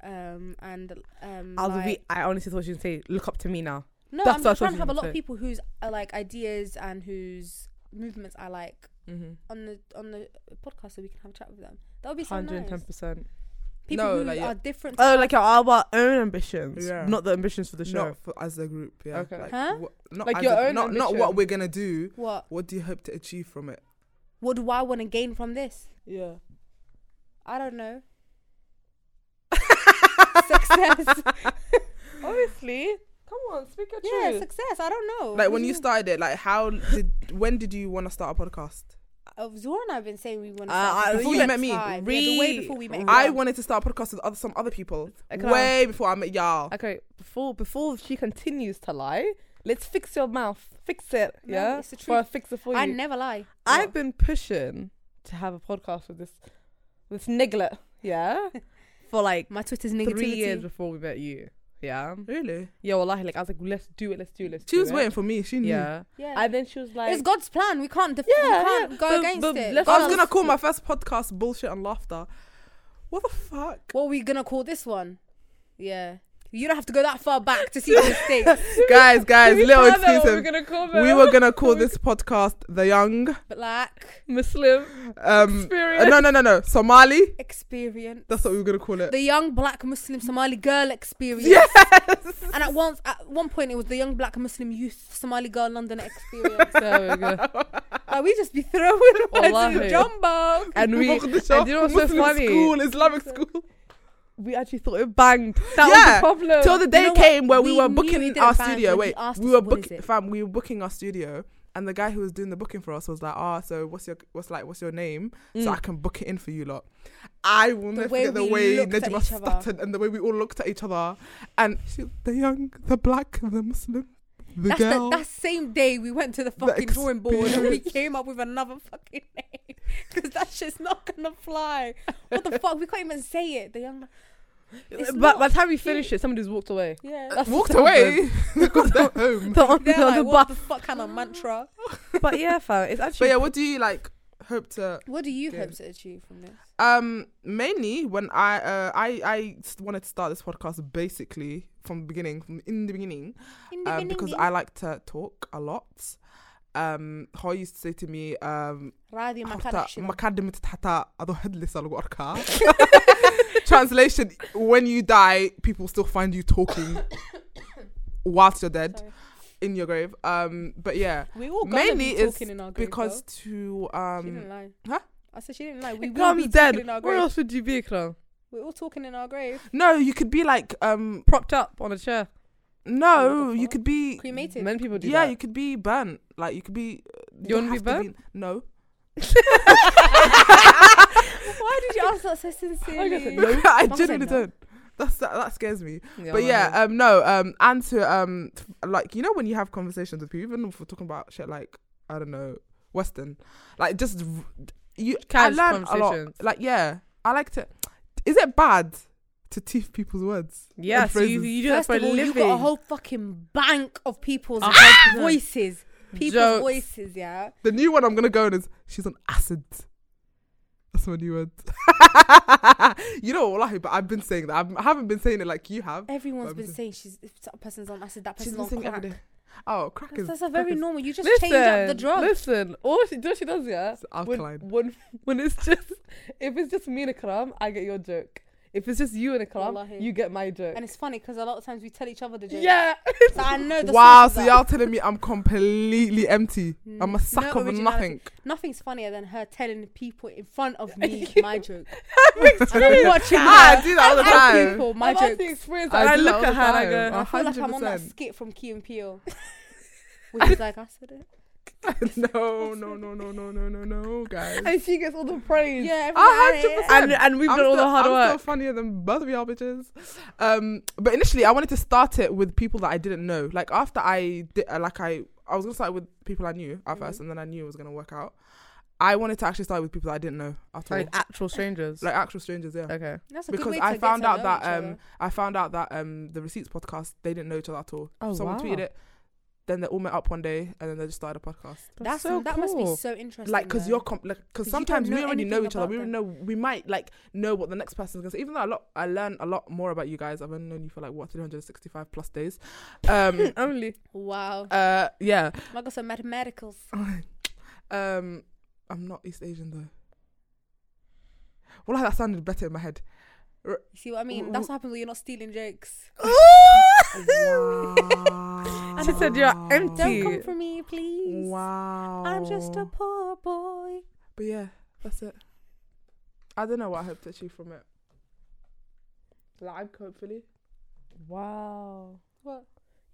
um, and um, I, was like- we, I honestly thought you'd say, look up to me now. no, that's I'm what I just trying was to have a lot of gonna say. people whose uh, like ideas and whose movements I like Mm-hmm. on the on the podcast, so we can have a chat with them. That would be so nice. 110%. People No, who like, yeah. are different. Oh, like our, our own ambitions, Yeah. not the ambitions for the show. Not for, as a group, yeah. Okay. Like, Huh? what- not Like as your a- own not, not ambition. what we're gonna do. what? What do you hope to achieve from it? What do I want to gain from this? Yeah. I don't know. success. Obviously. Come on, speak your Yeah, success. I don't know. Like when you started it, like how did when did you want to start a podcast? Uh, Zora and I've been saying we want to. Uh, I- Before you met me, the way re- before we met. I everyone. wanted to start a podcast with other, some other people Okay. way before I met y'all. okay, before before she continues to lie, let's fix your mouth. Fix it. No, yeah? it's the For I truth. fix it for you. I never lie. I've been pushing to have a podcast with this this niglet, yeah, for like My Twitter's three years negativity. before we met you, yeah. Really? Yeah, wallahi, like I was like, let's do it, let's do it, let's. She do was it. waiting for me. She knew. Yeah, Yeah. and then she was like, it's God's plan. We can't. Def- Yeah, we can't yeah, go but- against but it. let's I God- was gonna call my first podcast bullshit and laughter. What the fuck? What are we gonna call this one? Yeah. You don't have to go that far back to see the mistakes. guys, guys, Did we little plan out what exclusive. We're gonna call We were gonna call this podcast the Young. But like Muslim Mm, Um, uh, experience. no, no, no, no. Somali. experience. That's what we were gonna call it. the young black Muslim Somali girl experience. Yes. And at once, at one point, it was the young black Muslim youth Somali girl London experience. There we go. like we just be throwing Oh, words in Wallahi. jumbo. And we, and Mogadishu, you know what's so Muslim funny? School, Islamic school. We actually thought it banged. That Yeah, was the problem. Till the day know what? came where we, We were knew booking we did our it bad studio. when he Wait, asked we us, were "What is booking, it?" fam. We were booking our studio, and the guy who was doing the booking for us was like, "Ah, so what's your what's like what's your name? So Mm. I can book it in for you lot." I will never way forget the we way looked at Najma each other. stuttered and the way we all looked at each other, and she, the young, the black, the Muslim, the That's girl. the, that same day we went to the fucking drawing board and we experience. came up with another fucking name because that shit's not gonna fly. What the fuck? We can't even say it. The young. It's but by not the time we cute. finished it, somebody's walked away. Yeah. That's walked what away. they got their home. The on, They're the, like, the what bus. the fuck kind of mantra? But yeah, fam, it's But actually. yeah, what do you like hope to What do you Yeah. hope to achieve from this? Um, mainly when I uh I I s- wanted to start this podcast basically from the beginning, from in the beginning, In the um, because beginning, I like to talk a lot. Um, how used to say to me, um, Radio حتى Makalashina. ما كلمت حتى أضحد لسه لو أركع. Translation: When you die, people still find you talking whilst you're dead Sorry. in your grave. Um, but yeah, We all gonna mainly be it's talking in our grave, because to though. she didn't um, lie. huh? I said she didn't lie. We It will be comes dead. in dead. our Where grave. else would you be, Ikram? We're all talking in our grave. no, you could be like um Propped up on a chair. No, the you fuck? could be. cremated. Many people do Yeah, that. you could be burnt. Like you could be. You wanna be have burnt? no. Why did you answer that so I sincerely? guess it- No. I Mum said genuinely no. don't. That's that, that scares me. Yeah, but I yeah, uh, know. um, no, um, and to um, t- like you know when you have conversations with people, even if we're talking about shit like I don't know, Western, like just r- you. Casual I learn a lot. conversations. Like yeah, I like to. Is it bad to teeth people's words? yeah, so you, phrases. you do that First for a of all, living. you got a whole fucking bank of people's Uh, A like, hundred. voices. People's Jokes. voices, yeah. The new one I'm gonna go on is she's on acid. That's my new word. you know what, but I've been saying that. I've, I haven't been saying it like you have. Everyone's What been was it? saying she's if that person's on acid, that She's person's been on saying it crack. every day. Oh, crack That's, is that's a very crack is- normal. You just listen, change up the drug. Listen, all she, all she does, yeah. it's alkaline. When, when when it's just if it's just me and Ikram, I get your joke. If it's just you and Ikram, Wallahi. you get my joke. And it's funny because a lot of times we tell each other the joke. yeah. So I know the wow, sources so are- y'all telling me I'm completely empty. Mm. I'm No a sack of originality. nothing. Nothing's funnier than her telling people in front of me my joke. and I'm watching Ah, I her. do that all the Tell time. people my My joke. jokes. experience. I I, I do that all look the at her and I time. go. I feel like I'm on that 100%. skit from Key and Peele, which is like I said it. no, no, no, no, no, no, no, no, guys. and she gets all the praise. Yeah, A hundred everyone- percent. And and we've I'm done all the still- hard I'm work. still funnier than both of y'all bitches. Um, but initially, I wanted to start it with people that I didn't know. Like after I did, uh, like I, I was gonna start with people I knew Mm-hmm. at first, Mhm. and then I knew it was gonna work out. I wanted to actually start with people that I didn't know at all, Like like, actual strangers. actual strangers. Yeah, okay. That's a good because way to I get found to out know that each um, other. I found out that um, the Receipts podcast they didn't know each other at all. Oh, Someone wow. tweeted it, then they all met up one day, and then they just started a podcast. that's that must be so interesting. like because you're com- like 'Cause because you don't sometimes we know already know anything each other about we already know we might like know what the next person's gonna say even though a lot i learn a lot more about you guys i've only known you for like what 365 plus days um Oh only. wow. uh yeah I got some mathematicals. um i'm not east asian though well that sounded better in my head You see what I mean? That's what happens when you're not stealing jokes. She said you're empty. Don't come Cute. for me, please. wow I'm just a poor boy. but yeah that's it i don't know what i hope to achieve from it like hopefully Wow. What?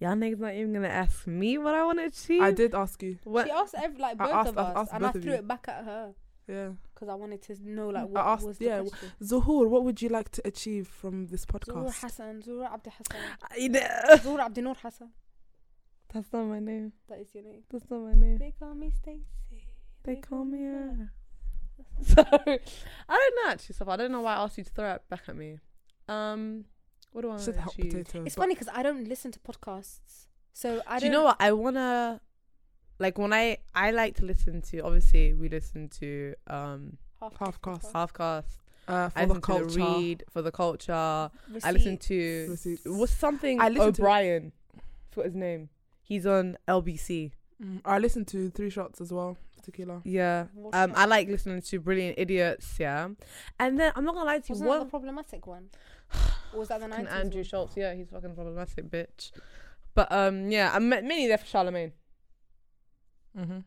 Y'all niggas not even gonna ask me what I want to achieve. I did ask you. What? She asked every, like I both asked- of I us, asked and I both of threw you. it back at her Yeah. because I wanted to know like I what asked- was the yeah, question. Zuhur, what would you like to achieve from this Zura podcast? Hassan, Zura Abdi Hassan, I- That's Zura Abdi Nur Hassan. not my name. That is your name. That's not my name. They call me Stacy. They call me. Zura. Uh... So I don't know actually, Safa. I don't know why I asked you to throw it back at me. Um, what do I want Should to help achieve? potatoes. It's but funny because I don't listen to podcasts, so I don't. Do you know what I wanna? Like when I I like to listen to. Obviously, we listen to um Half cast. half cast. Uh, for I the listen to culture. the read for the culture. I listen to Receipts. was something I listen to- O'Brien. Forgot his name. He's on LBC. Mm, I listen to Three Shots as well, tequila. Yeah. What's Um, that? I like listening to Brilliant Idiots. Yeah. And then I'm not gonna lie to you. Wasn't that the What problematic one? Or was that the fucking 90s? Andrew one? Schultz? Yeah, he's fucking problematic, bitch. But um, yeah, I'm mainly there for Charlemagne. Mm-hmm.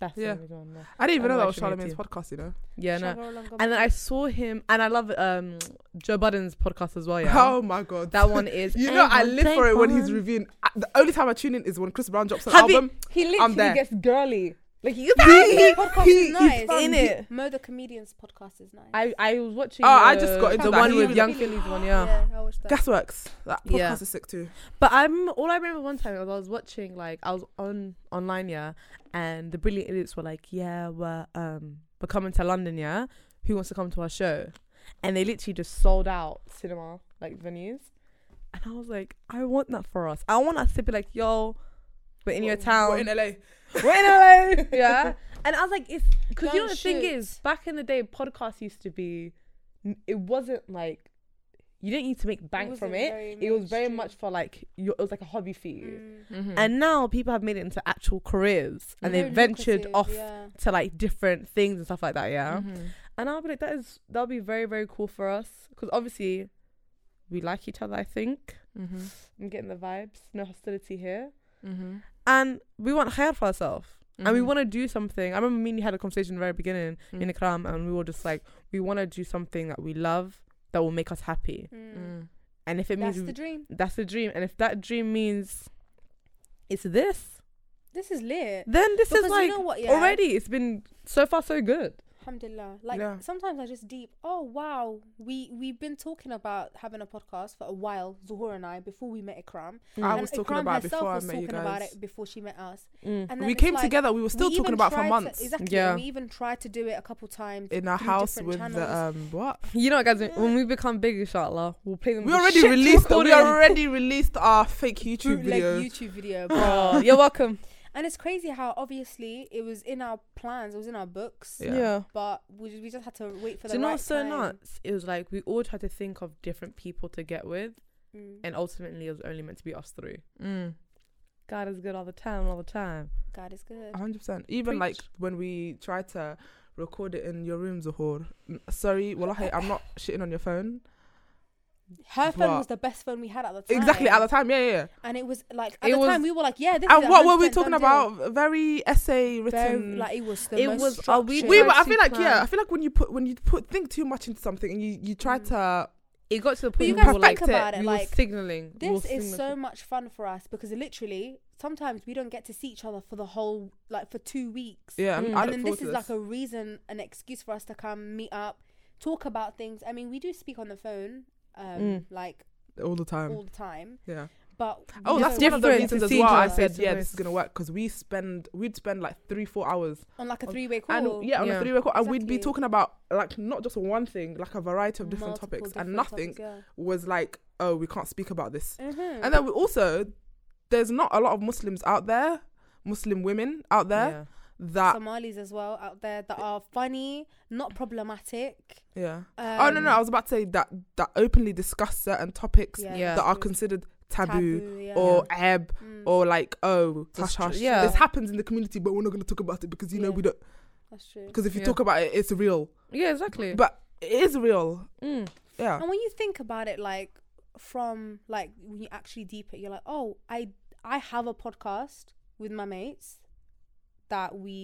That's Yeah. the only one. Yeah. I didn't even I know know that was what you mean Charlemagne's too. podcast, you know. Yeah. No. Shagor Longom- And then I saw him, and I love um Joe Budden's podcast as well. Yeah. Oh my god. That one is. you know, I Everyone live for take it when he's one. reviewing. I, the only time I tune in is when Chris Brown drops an Have you- album. He I'm literally there. gets girly. Like you. That podcast he- is he's nice. fun. In it. Mo the Comedian's podcast is nice. I I was watching. Oh, I the- just got into the that. one He with was Young really- Phillies one. Yeah. I watched that. Gasworks. That podcast Yeah. is sick too. But I'm all I remember one time was I was watching like I was on online yeah, and the brilliant idiots were like yeah we're um we're coming to London yeah, who wants to come to our show, and they literally just sold out cinema like venues, and I was like I want that for us. I want us to be like yo, we're in your town, We're in LA. we're in LA yeah, and I was like it's because you know Don't the thing shoot. is back in the day podcasts used to be, it wasn't like. You didn't need to make bank from wasn't it. very It was very mainstream. much for like your, it was like a hobby for you. Mm. And now people have made it into actual careers and Very they've ventured lucrative, off yeah. Mm-hmm. to like different things and stuff like that, yeah. Mhm. And I'll be like, that is that'll be very, very cool for us. Because obviously we like each other, I think. Mhm. I'm getting the vibes, no hostility here. Mm-hmm. Mhm. And we want khair for ourselves. And we Mhm. want to do something. I remember me and you had a conversation at the very beginning Mm. in Ikram, and we were just like, we want to do something that we love that will make us happy. Mm. Mm. And if it That's means the dream. that's the dream, and if that dream means it's this, This is lit. then this Because is you like know what, yeah? already it's been so far so good. Alhamdulillah. Like Yeah. sometimes I just deep. Oh wow, we we've been talking about having a podcast for a while, Zuhur and I, before we met Ikram. I Mm-hmm. And was talking Ikram about it herself before I was met you talking about guys. it before she met us. Mm. And then We it's came like, together. We were still we even talking about it for tried to- months exactly. Yeah. We even tried to do it a couple times in our through house different with the channels. Mm. um what? You know, what, guys, when we become big, inshallah, we'll play them. We the already shit released. We recording. already released our fake YouTube bootleg videos. YouTube video. Oh, bro. you're welcome. and it's crazy how obviously it was in our plans, it was in our books, Yeah. but we, we just had to wait for Do the you know right what's so time. nuts? It was like we all tried to think of different people to get with, Mm. and ultimately it was only meant to be us three. Mm. God is good all the time, all the time. God is good. hundred percent. Even like Preach. when we try to record it in your room, Zahor. N- Sorry, wallahi, I'm not shitting on your phone. Her phone But- was the best phone we had at the time. Exactly at the time, yeah, yeah. yeah. and it was like at It the was- time we were like, yeah, this And is what were we 100% talking done deal. about? Very essay written. Very, like it was the It most was- are we structured- we tried were. I to feel like yeah. plan. I feel like when you put when you put think too much into something and you you try Mm. to It got to the But point you where we guys were think like, about it, we like were signaling. we this were is so signaling. much fun for us because literally sometimes we don't get to see each other for the whole like for two weeks. yeah. Mm. I'm- I and look then forward this to is like a reason, an excuse for us to come meet up, talk about things. I mean, we do speak on the phone, um, Mm. like all the time. all the time, yeah. but Um. Oh, we don't- that's one of the different reasons to as see well. each I other said, face to yeah, this face. is gonna work because we spend we'd spend like three four hours on like a on- three-way call. and yeah on a Yeah. three way call and we'd be Exactly. talking about like not just one thing like a variety of different multiple topics and different nothing topics, was like oh we can't speak about this yeah. Mhm. and then we also there's not a lot of Muslims out there Muslim women out there Yeah. that Somalis as well out there that are funny, not problematic. yeah Um, oh no no I was about to say that that openly discuss certain topics yeah, Yeah. that are true. considered taboo, yeah. or eb Mm, or like oh That's hush hush true. Yeah. this happens in the community but we're not going to talk about it because you know Yeah. we don't that's true. because if you Yeah. talk about it it's real Yeah, exactly. But it is real. Mm. Yeah. And when you think about it, like from like when you actually deep it, you're like, oh, I I have a podcast with my mates that we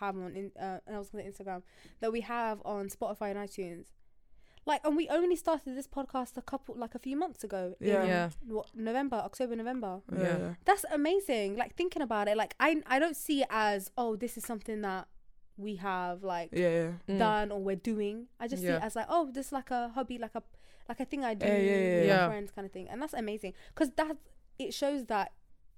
have on in, uh, and I was on Instagram that we have on Spotify and iTunes. Like, and we only started this podcast a couple like a few months ago. in, Yeah. Yeah. What, November, October, November. Yeah. Yeah. yeah. That's amazing. Like thinking about it, like I I don't see it as oh this is something that we have like Yeah. yeah. Mm. done or we're doing. I just see Yeah. it as like oh this is like a hobby, like a like a thing I do Yeah, yeah, yeah, with yeah. my friends kind of thing, and that's amazing because that it shows that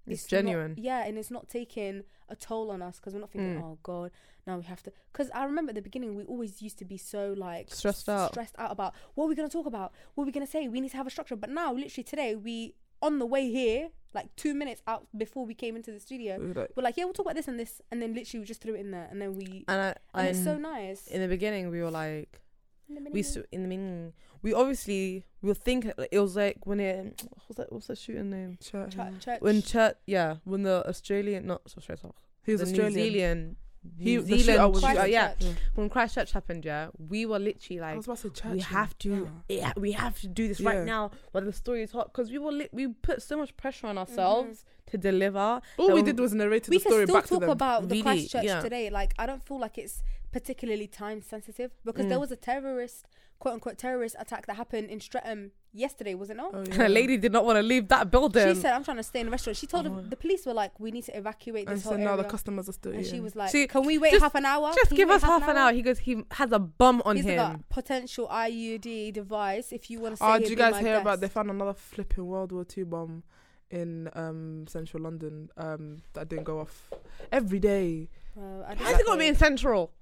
It's not- genuine. yeah, and it's not taking a toll on us because we're not thinking Mm. oh god now we have to. Because I remember at the beginning we always used to be so like Stressed out. stressed out about what we're gonna talk about, what we're gonna say. We need to have a structure, but now literally today we on the way here like two minutes out before we came into the studio It was like- we're like yeah we'll talk about this and this and then literally we just threw it in there and then we And I, and it's I'm- so nice in the beginning, we were like, In the we beginning. s in the beginning, we obviously we were thinking like, it was like when it what's that what's that shooting name Sure, Ch- yeah. church. when Church yeah when the Australian not so Australian He was the Australian. New Zealand He- New the shooter Zealand was- shooter, Christchurch. uh, yeah when Christchurch happened yeah we were literally I like was about to say church. we have to yeah we have to do this Yeah. right now while the story is hot because we were lit we put so much pressure Mm-hmm. on ourselves to deliver All we Um, did was narrate we the story can still back to talk them. about the Really, Christchurch yeah. today. Like, I don't feel like it's particularly time sensitive because Mm. there was a terrorist, quote unquote, terrorist attack that happened in Streatham yesterday, was it not? Oh, And a lady did not want to leave that building she said, "I'm trying to stay in a restaurant." She told Oh. them the police were like, "We need to evacuate And this so whole now area," the customers are still and she eating. was like, See, "Can we wait just- half an hour? "Oh, just Can you give wait us half an hour. He goes, he has a bum on He's him. got potential IUD device. If you want to, Oh, do you guys hear about they found another flipping World War Two bomb in um central London um that didn't go off every day. How's it gonna be in central?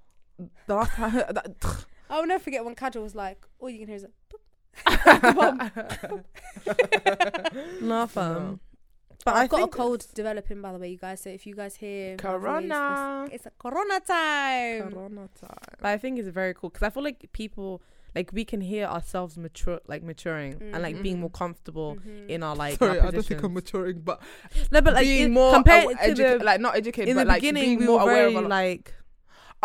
The last time that, I'll never forget when Kadra was like, "All you can hear is." Like, No, No. fam. But I've got a think cold developing, by the way, you guys. So if you guys hear my voice, Corona. it's, it's a Corona time. Corona time. Um, But I think it's very cool because I feel like people, like we can hear ourselves mature, like maturing and like being Mhm. more comfortable Mhm. in our like. Sorry, our I don't think I'm positions. maturing, but No, but like being in, more compared awa- to educa- the like not educated, in the but like beginning, being we more were aware very of a lot. like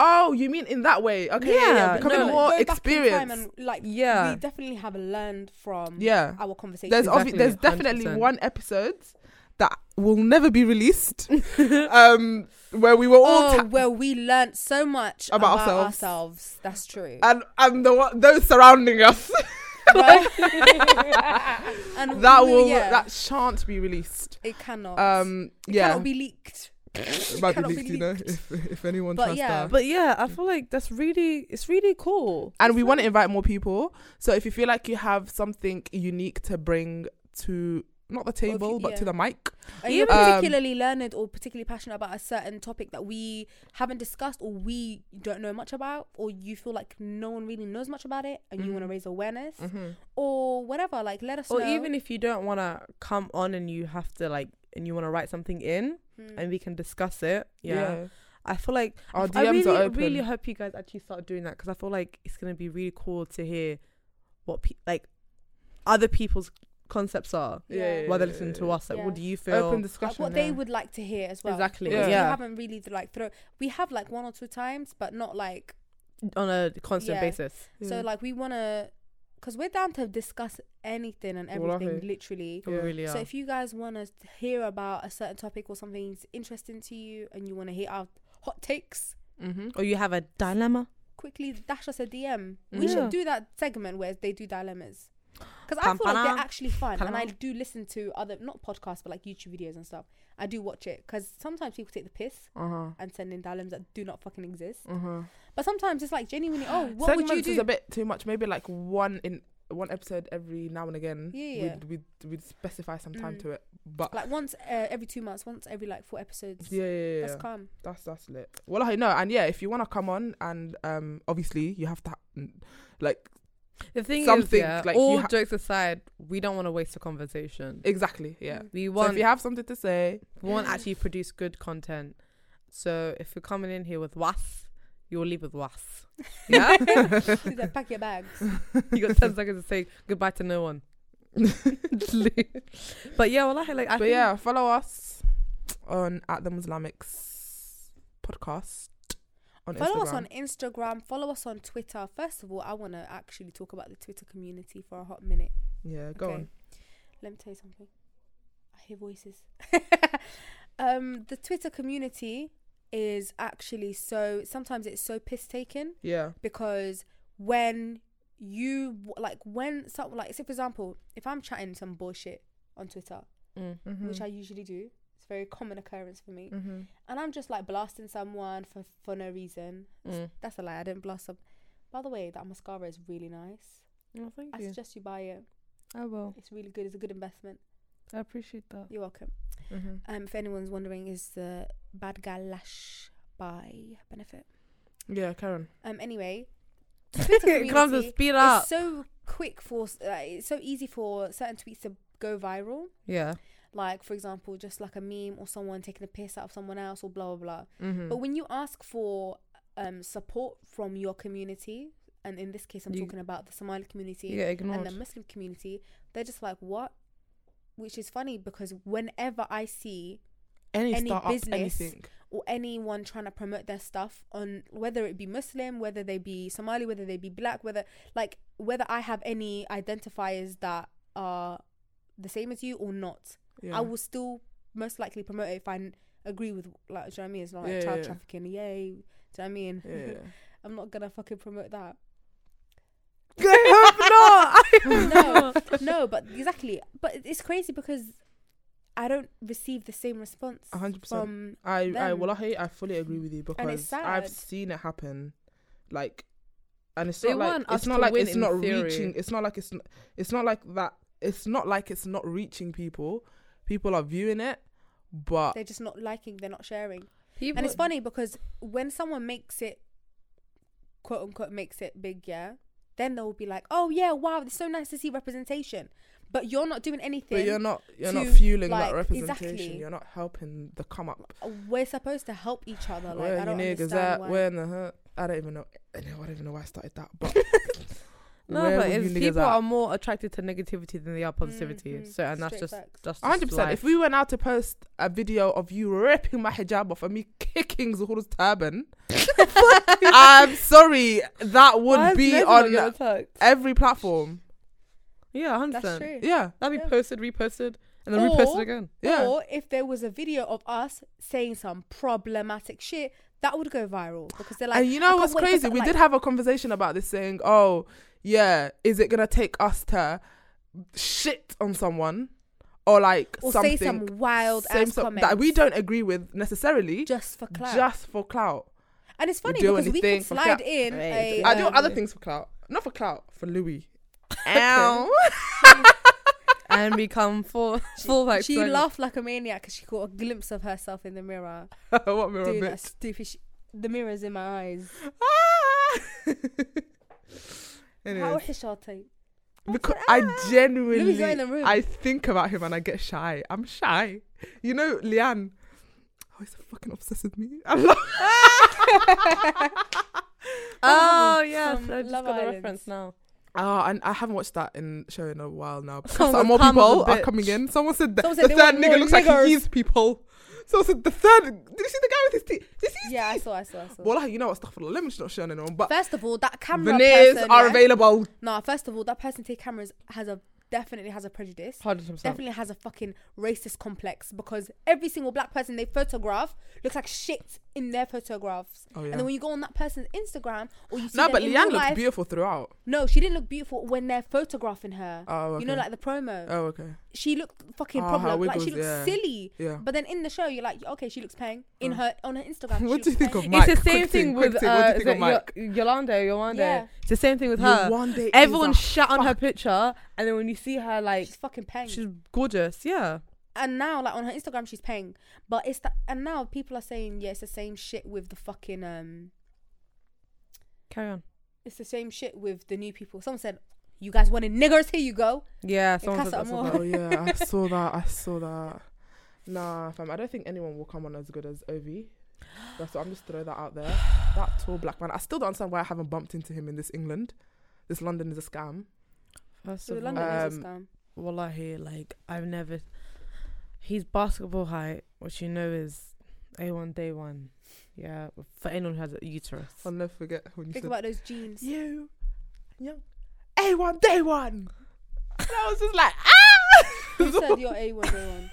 Oh, you mean in that way? Okay, yeah, yeah, Yeah, becoming no, Go- go more back in time experienced. um, and, like, yeah, we definitely have learned from yeah, our conversation. there's obvi- Exactly, there's definitely 100%. one episode that will never be released, um, where we were all oh, ta- where we learned so much About about, ourselves. Uh, ourselves. That's true. and and the one, those surrounding us. and that we- will yeah, that shan't be released. it cannot. Um, it yeah, cannot be leaked. It It might be cannot leaked, you know, if, if anyone But trusts yeah. that. But yeah, I feel like that's really it's really cool. and we want to invite more people. So if you feel like you have something unique to bring to not the you- table but yeah. to the mic, Are you Um, Even- particularly learned or particularly passionate about a certain topic that we haven't discussed or we don't know much about, or you feel like no one really knows much about it and you want to Mhm. raise awareness or whatever? Like, let us Or know. even if you don't want to come on and you have to like and you want to write something in Mm. and we can discuss it. Yeah. I feel like our DMs I really, are open. really hope you guys actually start doing that because I feel like it's gonna be really cool to hear what pe- like other people's concepts are Yeah. while they listen to us. Like, Yeah. what do you feel? Open like, discussion. what they yeah. would like to hear as well. Exactly. Because Yeah. We haven't really like throw. We have like one or two times, but not like on a constant Yeah. basis. so. Like we want to, because we're down to discuss anything and Wallahi. everything, literally. We Yeah. really are. So if you guys want to hear about a certain topic or something's interesting to you, and you want to hear our hot takes, Mm-hmm. or you have a dilemma. quickly dash us a DM. We Yeah. should do that segment where they do dilemmas. Because I Pam, feel like pam, they're actually fun, and I pam. do listen to other not podcasts but like YouTube videos and stuff. I do watch it because sometimes people take the piss Uh huh. and send in dilemmas that do not fucking exist. Uh huh. But sometimes it's like genuinely, oh, what Segments would you is do? a bit too much. Maybe like one in one episode every now and again. Yeah, yeah. We'd, we'd, we'd specify some time Mm. to it, but like once uh, every two months, once every like four episodes. yeah, yeah, yeah, yeah. That's calm. That's that's lit. Well, I know, and yeah, if you want to come on, and um, obviously you have to, ha- like The thing is, Something, yeah, like, you all ha- jokes aside, we don't want to waste a conversation. exactly, yeah. Mm. we So want if you have something to say, we want to actually produce good content. So if you're coming in here with was, you'll leave with was. Yeah, She's like, pack your bags. you got ten seconds to say goodbye to no one. Just leave. but yeah, well, I like. I but think yeah, follow us on at the Muslimics podcast on Follow Instagram. us on Instagram. Follow us on Twitter. First of all, I want to actually talk about the Twitter community for a hot minute. yeah, go Okay. on. Let me tell you something. I hear voices. um, the Twitter community is actually so sometimes it's so piss taken Yeah, because when you like when some like say for example if I'm chatting some bullshit on Twitter Mm. which I usually do. It's a very common occurrence for me. Mm-hmm. And I'm just like blasting someone for, for no reason. Mm. That's a lie. I didn't blast them. By the way, that mascara is really nice. Well, thank I you. suggest you buy it. I will. It's really good. It's a good investment. I appreciate that. You're welcome. Mm-hmm. Um, if anyone's wondering, is the Bad Gal Lash by Benefit? Yeah, Karen. Um, anyway, it comes to community speed up. it's so quick for s- uh, it's so easy for certain tweets to go viral. yeah. Like for example, just like a meme or someone taking a piss out of someone else or blah blah blah. Mm. Mm-hmm. But when you ask for um, support from your community, and in this case, I'm You- talking about the Somali community You get and the ignored. Muslim community, they're just like, what? Which is funny because whenever I see Any, any startup, business- anything. or anyone trying to promote their stuff on whether it be Muslim, whether they be Somali, whether they be black, whether like whether I have any identifiers that are the same as you or not, Yeah. I will still most likely promote it if I n- agree with like do you know what I mean? It's not like Yeah, child yeah. trafficking, yay. Do you know what I mean? yeah. I'm not gonna fucking promote that. I hope No. not. No, but exactly. But it- it's crazy because I don't receive the same response. 100%. From I, I, them. wallahi, I fully agree with you because sad. I've seen it happen, like, and it's They not like want us it's not to like win it's in not theory. reaching. It's not like it's n- it's not like that. It's not like it's not reaching people. People are viewing it, but they're just not liking, they're not sharing. People, And it's funny because when someone makes it, quote unquote, makes it big, yeah, then they'll be like, oh yeah, wow, it's so nice to see representation. But you're not doing anything. but you're not you're not to, fueling like, that representation. exactly. You're not helping the come up. We're supposed to help each other. Like, where I you don't niggas understand at? why. Where in the hell? I don't even know. I don't even know why I started that. But no, where but were it's, you niggas people at? are more attracted to negativity than they are positivity. Mhm. So, and that's Straight just facts. that's just hundred percent. life. If we went out to post a video of you ripping my hijab off and me kicking Zuhur's turban, I'm sorry, that Why would is be Leslie not getting on attacked? every platform. Yeah, hundred That's percent. true. Yeah, That'd be Yeah. posted, reposted, and then Or- reposted again. yeah. Or if there was a video of us saying some problematic shit, that would go viral because they're like, and you "I know can't what's wait for crazy? that," We like- did have a conversation about this, saying, "Oh, yeah, is it gonna take us to shit on someone or like or something say some wild same ass so- comments that we don't agree with necessarily just just for for clout. clout? and it's funny do because we anything could for slide clout. in. Right. A, I do um, other things for clout, not for clout, for Louis. Ow. and become full, full like she 20. laughed like a maniac because she caught a glimpse of herself in the mirror what mirror doing that bitch? stupid. Sh- the mirror's in my eyes. Ah! How Anyways, hishati? because I genuinely, Louis not in the room. I think about him and I get shy. I'm shy. You know, Leanne. Oh, he's so fucking obsessed with me. I love. Oh, yes. from I just Love got the Island. reference now. Oh, and I haven't watched that in show in a while now. because Someone some more said Palm people was a are bitch. coming in. Someone said the, Someone the said they third want more nigga looks like niggers. he eats people. Someone said the third. Did you see the guy with his teeth? Did you see his Yeah, I teeth? saw. I saw. I saw. Well, like, you know what? Stuff for the lemons not showing anyone, but First of all, that camera veneers person, are yeah? available. Oh, Nah, first of all, that person take cameras has a definitely has a prejudice. 100%. Definitely has a fucking racist complex because every single black person they photograph looks like shit in their photographs. Oh yeah. And then when you go on that person's Instagram or you see no, them but in Leanne real looks life, beautiful throughout. no, she didn't look beautiful when they're photographing her. Oh, okay. You know, like the promo. oh, okay. she looked fucking Oh, how problem. Like she wiggles, looks yeah. silly. Yeah. But then in the show, you're like, okay, she looks pang in Oh. her on her Instagram. she what do looks you think pang. of Mike? it's the same Quick thing, quick with thing, what do uh, you think is of it Mike? Yo- Yolanda, Yolanda. Yeah. It's the same thing with her. Yolanda is Everyone a shat on her fuck. picture, and then when you see her, like She's fucking pang. she's gorgeous, yeah. and now like on her Instagram she's paying, but it's that and now people are saying yeah it's the same shit with the fucking um Carry on. it's the same shit with the new people. Someone said you guys wanted niggers here you go. Yeah, someone said Casa that. as Amor. well. Oh yeah, I saw that. I saw that. Nah, fam. I don't think anyone will come on as good as Ovi. That's what I'm just throwing that out there. That tall black man. I still don't understand why I haven't bumped into him in this England. This London is a scam. First So of the all, London is a um, scam. Wallahi, like I've never. He's basketball height, which you know is a one day one. Yeah, for anyone who has a uterus. I'll never forget when you Think said about those jeans. you, young, a one day one. And I was just like, ah. Who said you're A one day one?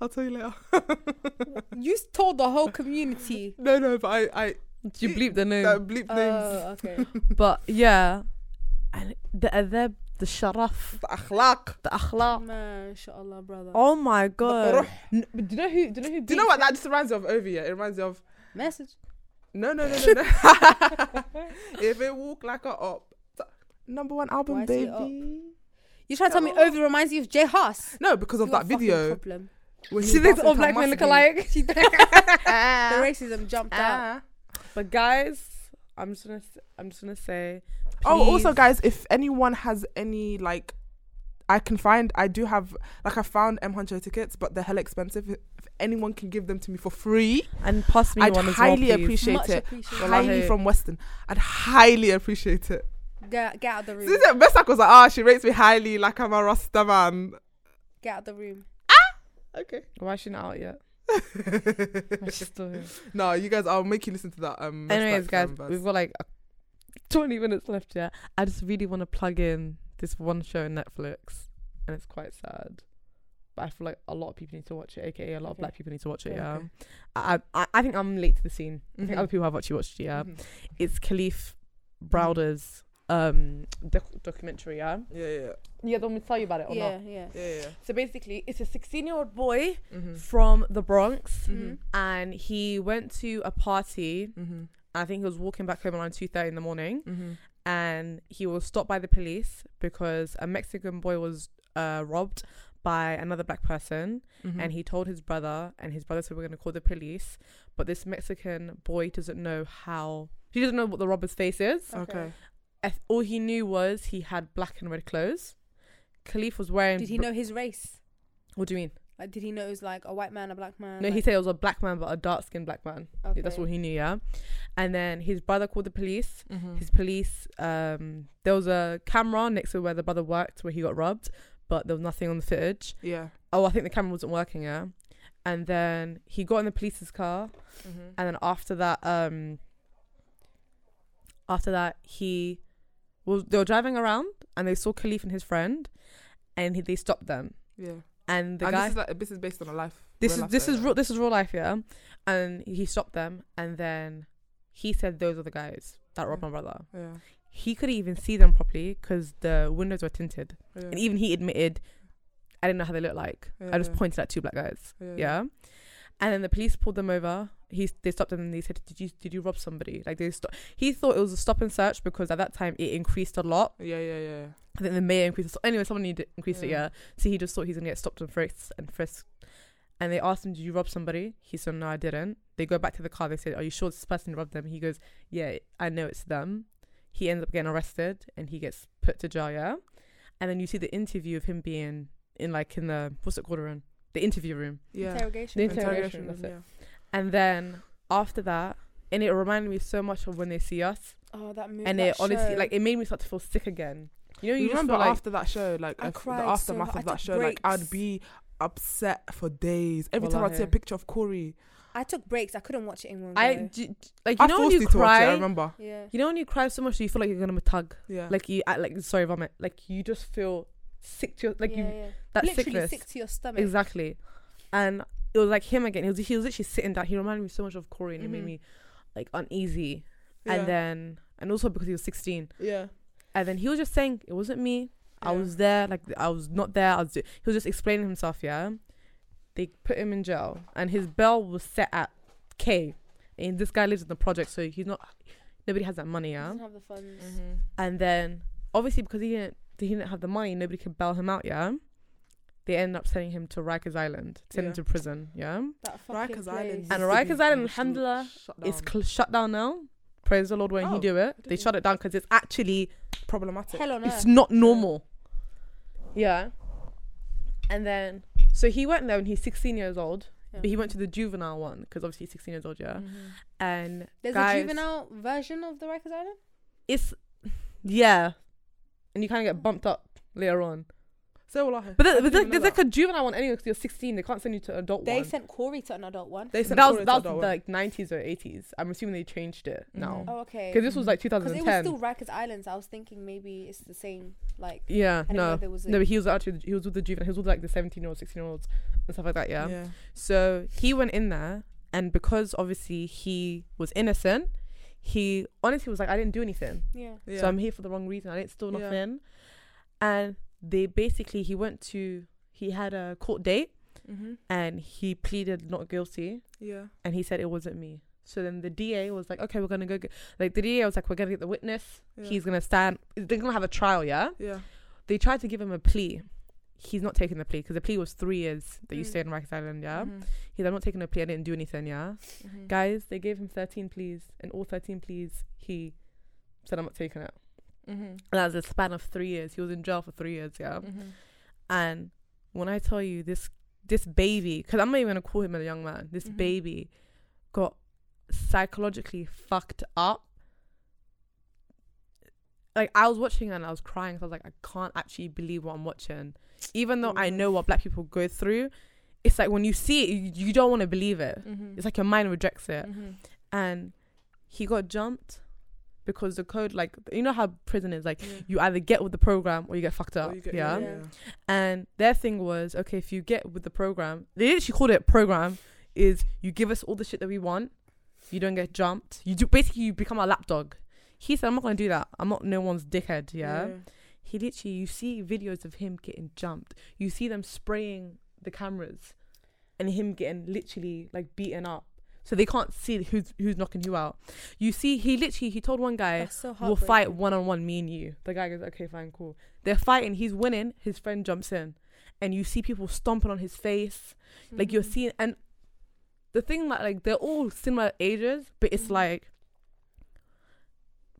I'll tell you later. You told the whole community. No, no, but I, Um, I Do you bleep the name? that bleep Oh, names. okay. but yeah, and the adab, the sharaf, The akhlaq. the akhlaq. Man, inshallah, brother. Oh my god! ruh. N- but do you know who? Do you know who? Do you know what that just reminds me of over here? It reminds me of Message. no, no, no, no, no. if it walk like a up, number one album, Why is it baby. You trying to tell me Oh. Ovi reminds you of Jay Haas? No, because of You that a fucking video. Problem. where he She was thinks dancing all to black men look Mustang. alike. The racism jumped out. Ah. But guys, I'm just gonna, s- I'm just gonna say. Oh, also, please- guys, if anyone has any like, I can find. I do have like I found M Huncho tickets, but they're hella expensive. If anyone can give them to me for free, and pass me I'd one as well, highly please. appreciate Much it. appreciated. Wallahi. Highly from Western, I'd highly appreciate it. Get, get out of the room. This is Besak was like, ah, she rates me highly, like I'm a Rasta man. Get out of the room. Okay. Why is she not out yet? Why is she still here? no, you guys, I'll make you listen to that. Um, Anyways, Westlife, guys, um, verse. we've got like 20 minutes left. Yeah, I just really want to plug in this one show on Netflix, and it's quite sad. But I feel like a lot of people need to watch it, aka a lot of Okay. black people need to watch it. Yeah, Yeah, okay. I, I I think I'm late to the scene. I Mhm. think other people have actually watched it. Yeah, Mhm. Mm-hmm. it's Khalif Browder's um doc- documentary. Yeah, Yeah, yeah, yeah, don't tell you about it or Yeah, not. yeah. yeah, yeah. So basically, it's a 16 year old boy Mm-hmm. from the Bronx, Mhm. and he went to a party. Mm-hmm. I think he was walking back home around two thirty in the morning, Mm-hmm. and he was stopped by the police because a Mexican boy was uh, robbed by another black person, Mm-hmm. and he told his brother, and his brother said we're going to call the police, but this Mexican boy doesn't know how. He doesn't know what the robber's face is. okay. I th- All he knew was he had black and red clothes. Khalif was wearing. Did he br- know his race? What do you mean? Like, did he know it was like a white man, a black man? No, like, he said it was a black man, but a dark skinned black man. okay. That's all he knew, yeah. And then his brother called the police. Mm. Mm-hmm. his police um there was a camera next to where the brother worked where he got robbed but there was nothing on the footage Yeah. oh i think the camera wasn't working yeah and then he got in the police's car Mm-hmm. and then after that um after that he was they were driving around and they saw khalif and his friend and he, they stopped them Yeah. and the and guy this is like this is based on a life. this real is life this story, is right? real this is real life yeah Mm. and he stopped them and then he said those are the guys that robbed my brother Yeah. he couldn't even see them properly because the windows were tinted. Yeah. And even he admitted, I didn't know how they looked like. I just Yeah. pointed at two black guys. Yeah. Yeah. And then the police pulled them over. He they stopped them and they said, "Did you did you rob somebody?" Like they stopped. He thought it was a stop and search because at that time it increased a lot. Yeah, yeah, yeah. I think the mayor increased. it. Anyway, someone needed increased Yeah. it. Yeah. So he just thought he's gonna get stopped and frisked and frisked. And they asked him, "Did you rob somebody?" He said, "No, I didn't." They go back to the car. They said, "Are you sure this person robbed them?" He goes, "Yeah, I know it's them." He ends up getting arrested and he gets put to jail. Yeah. And then you see the interview of him being in like in the what's it called around the interview room. Yeah. Interrogation. The interrogation room, that's it. And then after that, and it reminded me so much of when they see us. Oh, that movie. and that it honestly, show. like, it made me start to feel sick again. You know, you You just remember feel like, after that show, like I I f- the cried so aftermath much. of I that took show, like I'd breaks. be upset for days. Every time I'd see a Wallahi. picture of Corey, I took breaks. I couldn't watch it in one. I go. d- d- like you I know forced when you you to watch it. I cry, remember. yeah. you know when you cry so much that you feel like you're gonna tug, Yeah. like you act like sorry vomit, like you just feel sick to your like yeah, you yeah. that literally sickness sick to your stomach. exactly, and it was like him again. He was he was literally sitting down. He reminded me so much of Corey, and it Mhm. made me like uneasy. Yeah. And then and also because he was 16, yeah, and then he was just saying it wasn't me. I Yeah. was there, like I was not there. I was. do-" He was just explaining himself. Yeah, they put him in jail, and his bail was set at K. And this guy lives in the project, so he's not. Nobody has that money. Yeah, Mm-hmm. Doesn't have the funds. and then obviously because he didn't, he didn't have the money, nobody could bail him out. Yeah, they ended up sending him to Rikers Island, sending Yeah. him to prison. Yeah, That fucking Rikers place. Island, And used to Rikers be Island, absolute alhamdulillah, shutdown. it's cl- shut down now. Praise the Lord when Oh, he do it. They didn't shut it down because it's actually problematic. Hell on it's earth. not normal. Yeah. And then, so he went there when he's 16 years old, but he went to the juvenile one because obviously he's 16 years old, yeah. And Mm-hmm. There's guys, a juvenile version of the Rikers Island. It's yeah, and you kind of get bumped up later on. So wallahi. But I there, didn't but there, even know there's like that. a juvenile one anyway because you're 16. They can't send you to adult They one. sent Corey to an adult one. they sent that Corey was to that was that one. like 90s or 80s. I'm assuming they changed it now. Mm-hmm. 'Cause now Oh, okay. because this was like Because it was 2010. still Rikers Islands. I was thinking maybe it's the same. Like yeah, I didn't know no, there was a no. But he was actually he was with the juvenile. He was with like the 17 year olds, 16 year olds, and stuff like that. yeah. yeah. So he went in there, and because obviously he was innocent, he honestly was like, I didn't do anything. yeah. yeah. So I'm here for the wrong reason. I didn't steal Yeah. nothing. And they basically, he went to, he had a court date mm-hmm. and he pleaded not guilty yeah. and he said it wasn't me. So then the DA was like, okay, we're going to go. Get, like the DA was like, we're going to get the witness. Yeah. He's going to stand. They're going to have a trial, yeah? Yeah. They tried to give him a plea. He's not taking the plea because the plea was three years that you Mm. stay in Rikers Island, yeah? Mhm. He's like, I'm not taking a plea. I didn't do anything, yeah? Mm-hmm. Mhm. Guys, they gave him 13 pleas, and all 13 pleas, he said, I'm not taking it. Mhm. And that was a span of three years. He was in jail for three years, yeah? Mm. Mhm. And when I tell you this, this baby, because I'm not even going to call him a young man, this Mhm. baby got psychologically fucked up. Like, I was watching it and I was crying. 'cause I was like, I can't actually believe what I'm watching. Even though I know what black people go through, it's like when you see it, you, you don't want to believe it. Mhm. It's like your mind rejects it Mhm. and he got jumped because the code like you know how prison is like Yeah. you either get with the program or you get fucked Oh, up you get- yeah? yeah. and their thing was okay if you get with the program they literally called it program is you give us all the shit that we want you don't get jumped you do basically you become a lapdog he said i'm not gonna do that i'm not no one's dickhead yeah, he literally you see videos of him getting jumped you see them spraying the cameras and him getting literally like beaten up so they can't see who's who's knocking who out you see he literally he told one guy That's so we'll hard. fight one-on-one me and you the guy goes okay fine cool they're fighting he's winning his friend jumps in and you see people stomping on his face like you're Mm-hmm. seeing and the thing that like they're all similar ages but it's Mhm. Mm-hmm. like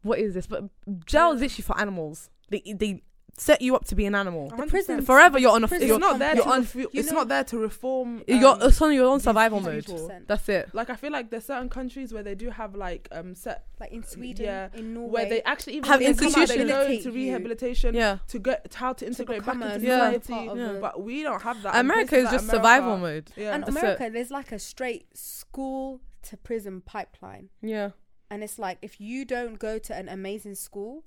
what is this but jail is Yeah. literally for animals they they set you up to be an animal A hundred prison- percent. forever you're on a Prison It's you're, not there. you're to on- refu- you it's know- not there to reform. you're um, it's on your own these survival people. mode Percent. that's it like I feel like there's certain countries where they do have like um set Like in Sweden, Yeah, in Norway. where they actually even Have when they come out, They institutions. go Rehabilitate into you. rehabilitation yeah to get how to to integrate back become into a Yeah. normal society. part of Yeah. a- But we don't have that. in america is places like just America. survival mode Yeah. and That's it. America, there's like a straight school to prison pipeline. yeah And it's like if you don't go to an amazing school,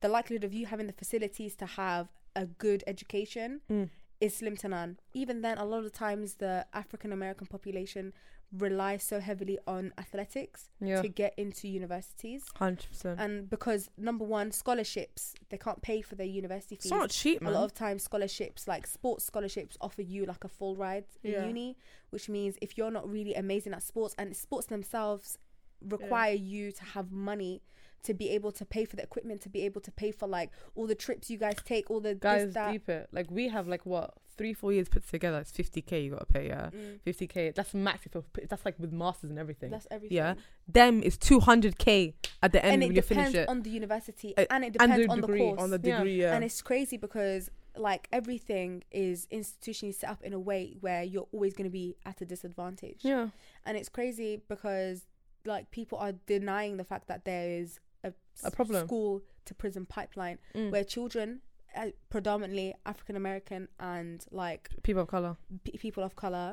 the likelihood of you having the facilities to have a good education Mm. is slim to none. Even then, a lot of the times the African American population rely so heavily on athletics Yeah. to get into universities. Hundred Um, percent. And because number one, scholarships they can't pay for their university fees. It's not cheap, a man. lot of times, scholarships like sports scholarships offer you like a full ride in Yeah. uni, which means if you're not really amazing at sports, and sports themselves require you to have money to be able to pay for the equipment, to be able to pay for like all the trips you guys take, all the Guys, this, that. deep it. Like we have like what three, four years put together. It's fifty k you gotta pay. Yeah, Mm, fifty k. That's max. If you're- that's like with masters and everything. that's everything. yeah, them is two hundred k at the end and when it you finish depends it. on the university, Uh, and it and depends the on the degree, course. on the Yeah. degree. Yeah, and it's crazy because like everything is institutionally set up in a way where you're always going to be at a disadvantage yeah, and it's crazy because like people are denying the fact that there is a, A problem. school to prison pipeline Mm. where children uh, predominantly african american and like people of color. p- people of color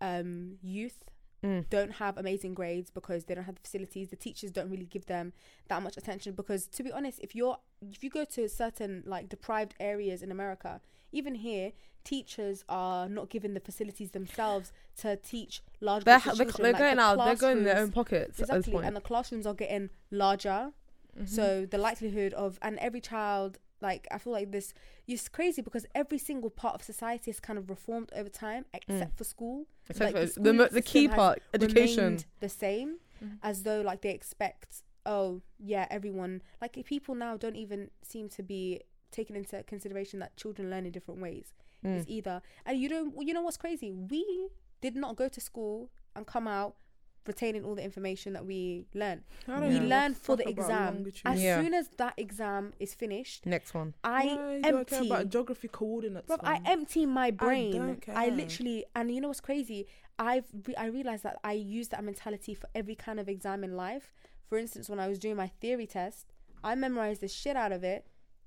um youth Mm. don't have amazing grades because they don't have the facilities the teachers don't really give them that much attention because to be honest if you're if you go to certain like deprived areas in america even here teachers are not given the facilities themselves to teach large They're, groups of they're, children. Like, they're going the out. They're going in their own classrooms- pockets at this exactly point. and the classrooms are getting larger Mhm. so the likelihood of and every child like I feel like this it's crazy because every single part of society is kind of reformed over time Mm. except for school. like, Except the for the, mo- school the key system has part, education. Remained the same Mhm. as though like they expect oh yeah everyone like if people now don't even seem to be taking into consideration that children learn in different ways. Mm. It's either and you don't you know what's crazy? We did not go to school and come out retaining all the information that we learned. I don't We know learn what for the fuck about exam. longitude. As Yeah. soon as that exam is finished, Next one. I Why do I care empty. about geography coordinates. Bruv, I man? empty my brain. I, don't care. literally, and you know what's crazy? I've re- I realized that I use that mentality for every kind of exam in life. For instance, when I was doing my theory test, I memorized the shit out of it.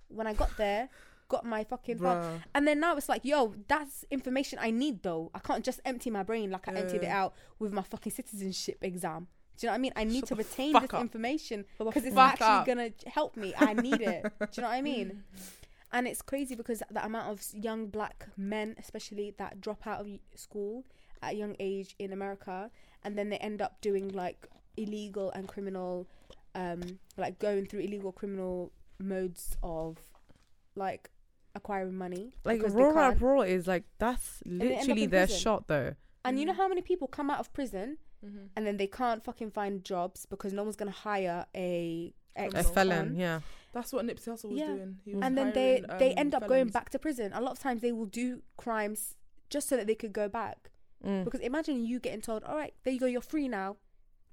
When I got there, got my fucking file. Bruh. and then now it's like, yo, that's information I need though. I can't just empty my brain like I emptied it Yeah. out with my fucking citizenship exam. Do you know what I mean? I need Shut to the retain fuck this up. information Shut the because it's fuck actually up. gonna help me. I need it. Do you know what I mean? And it's crazy because the amount of young black men, especially that drop out of school at a young age in America, and then they end up doing like illegal and criminal, um, like going through illegal criminal modes of like acquiring money. Like because they rural can't. abroad is like that's they end up literally in their prison. shot though. And you know how many people come out of prison Mhm. and then they can't fucking find jobs because no one's gonna hire a ex A Criminal. felon, yeah. That's what Nipsey Hussle was Yeah. doing. He was and then they hiring, they um, end up going felons. back to prison. A lot of times they will do crimes just so that they could go back. Mm. Because imagine you getting told, "All right, there you go, you're free now."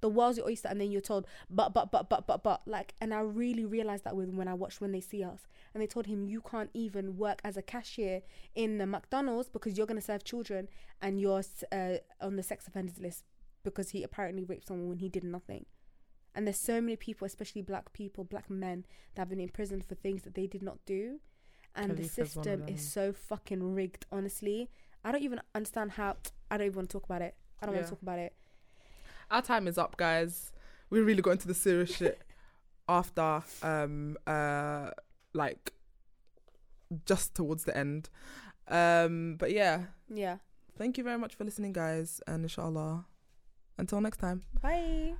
The world's your oyster, and then you're told, "But, but, but, but, but, but." Like, and I really realized that with when I watched When They See Us, and they told him, "You can't even work as a cashier in the McDonald's because you're gonna serve children and you're uh, on the sex offenders list because he apparently raped someone when he did nothing." And there's so many people, especially black people, black men, that have been imprisoned for things that they did not do. And the Khalifa's one of system is so fucking rigged, honestly. I don't even understand how. I don't even want to talk about it. I don't want Yeah. to talk about it. Our time is up, guys. We really got into the serious shit after um uh like just towards the end. Um but yeah, Yeah. thank you very much for listening guys and inshallah until next time. Bye.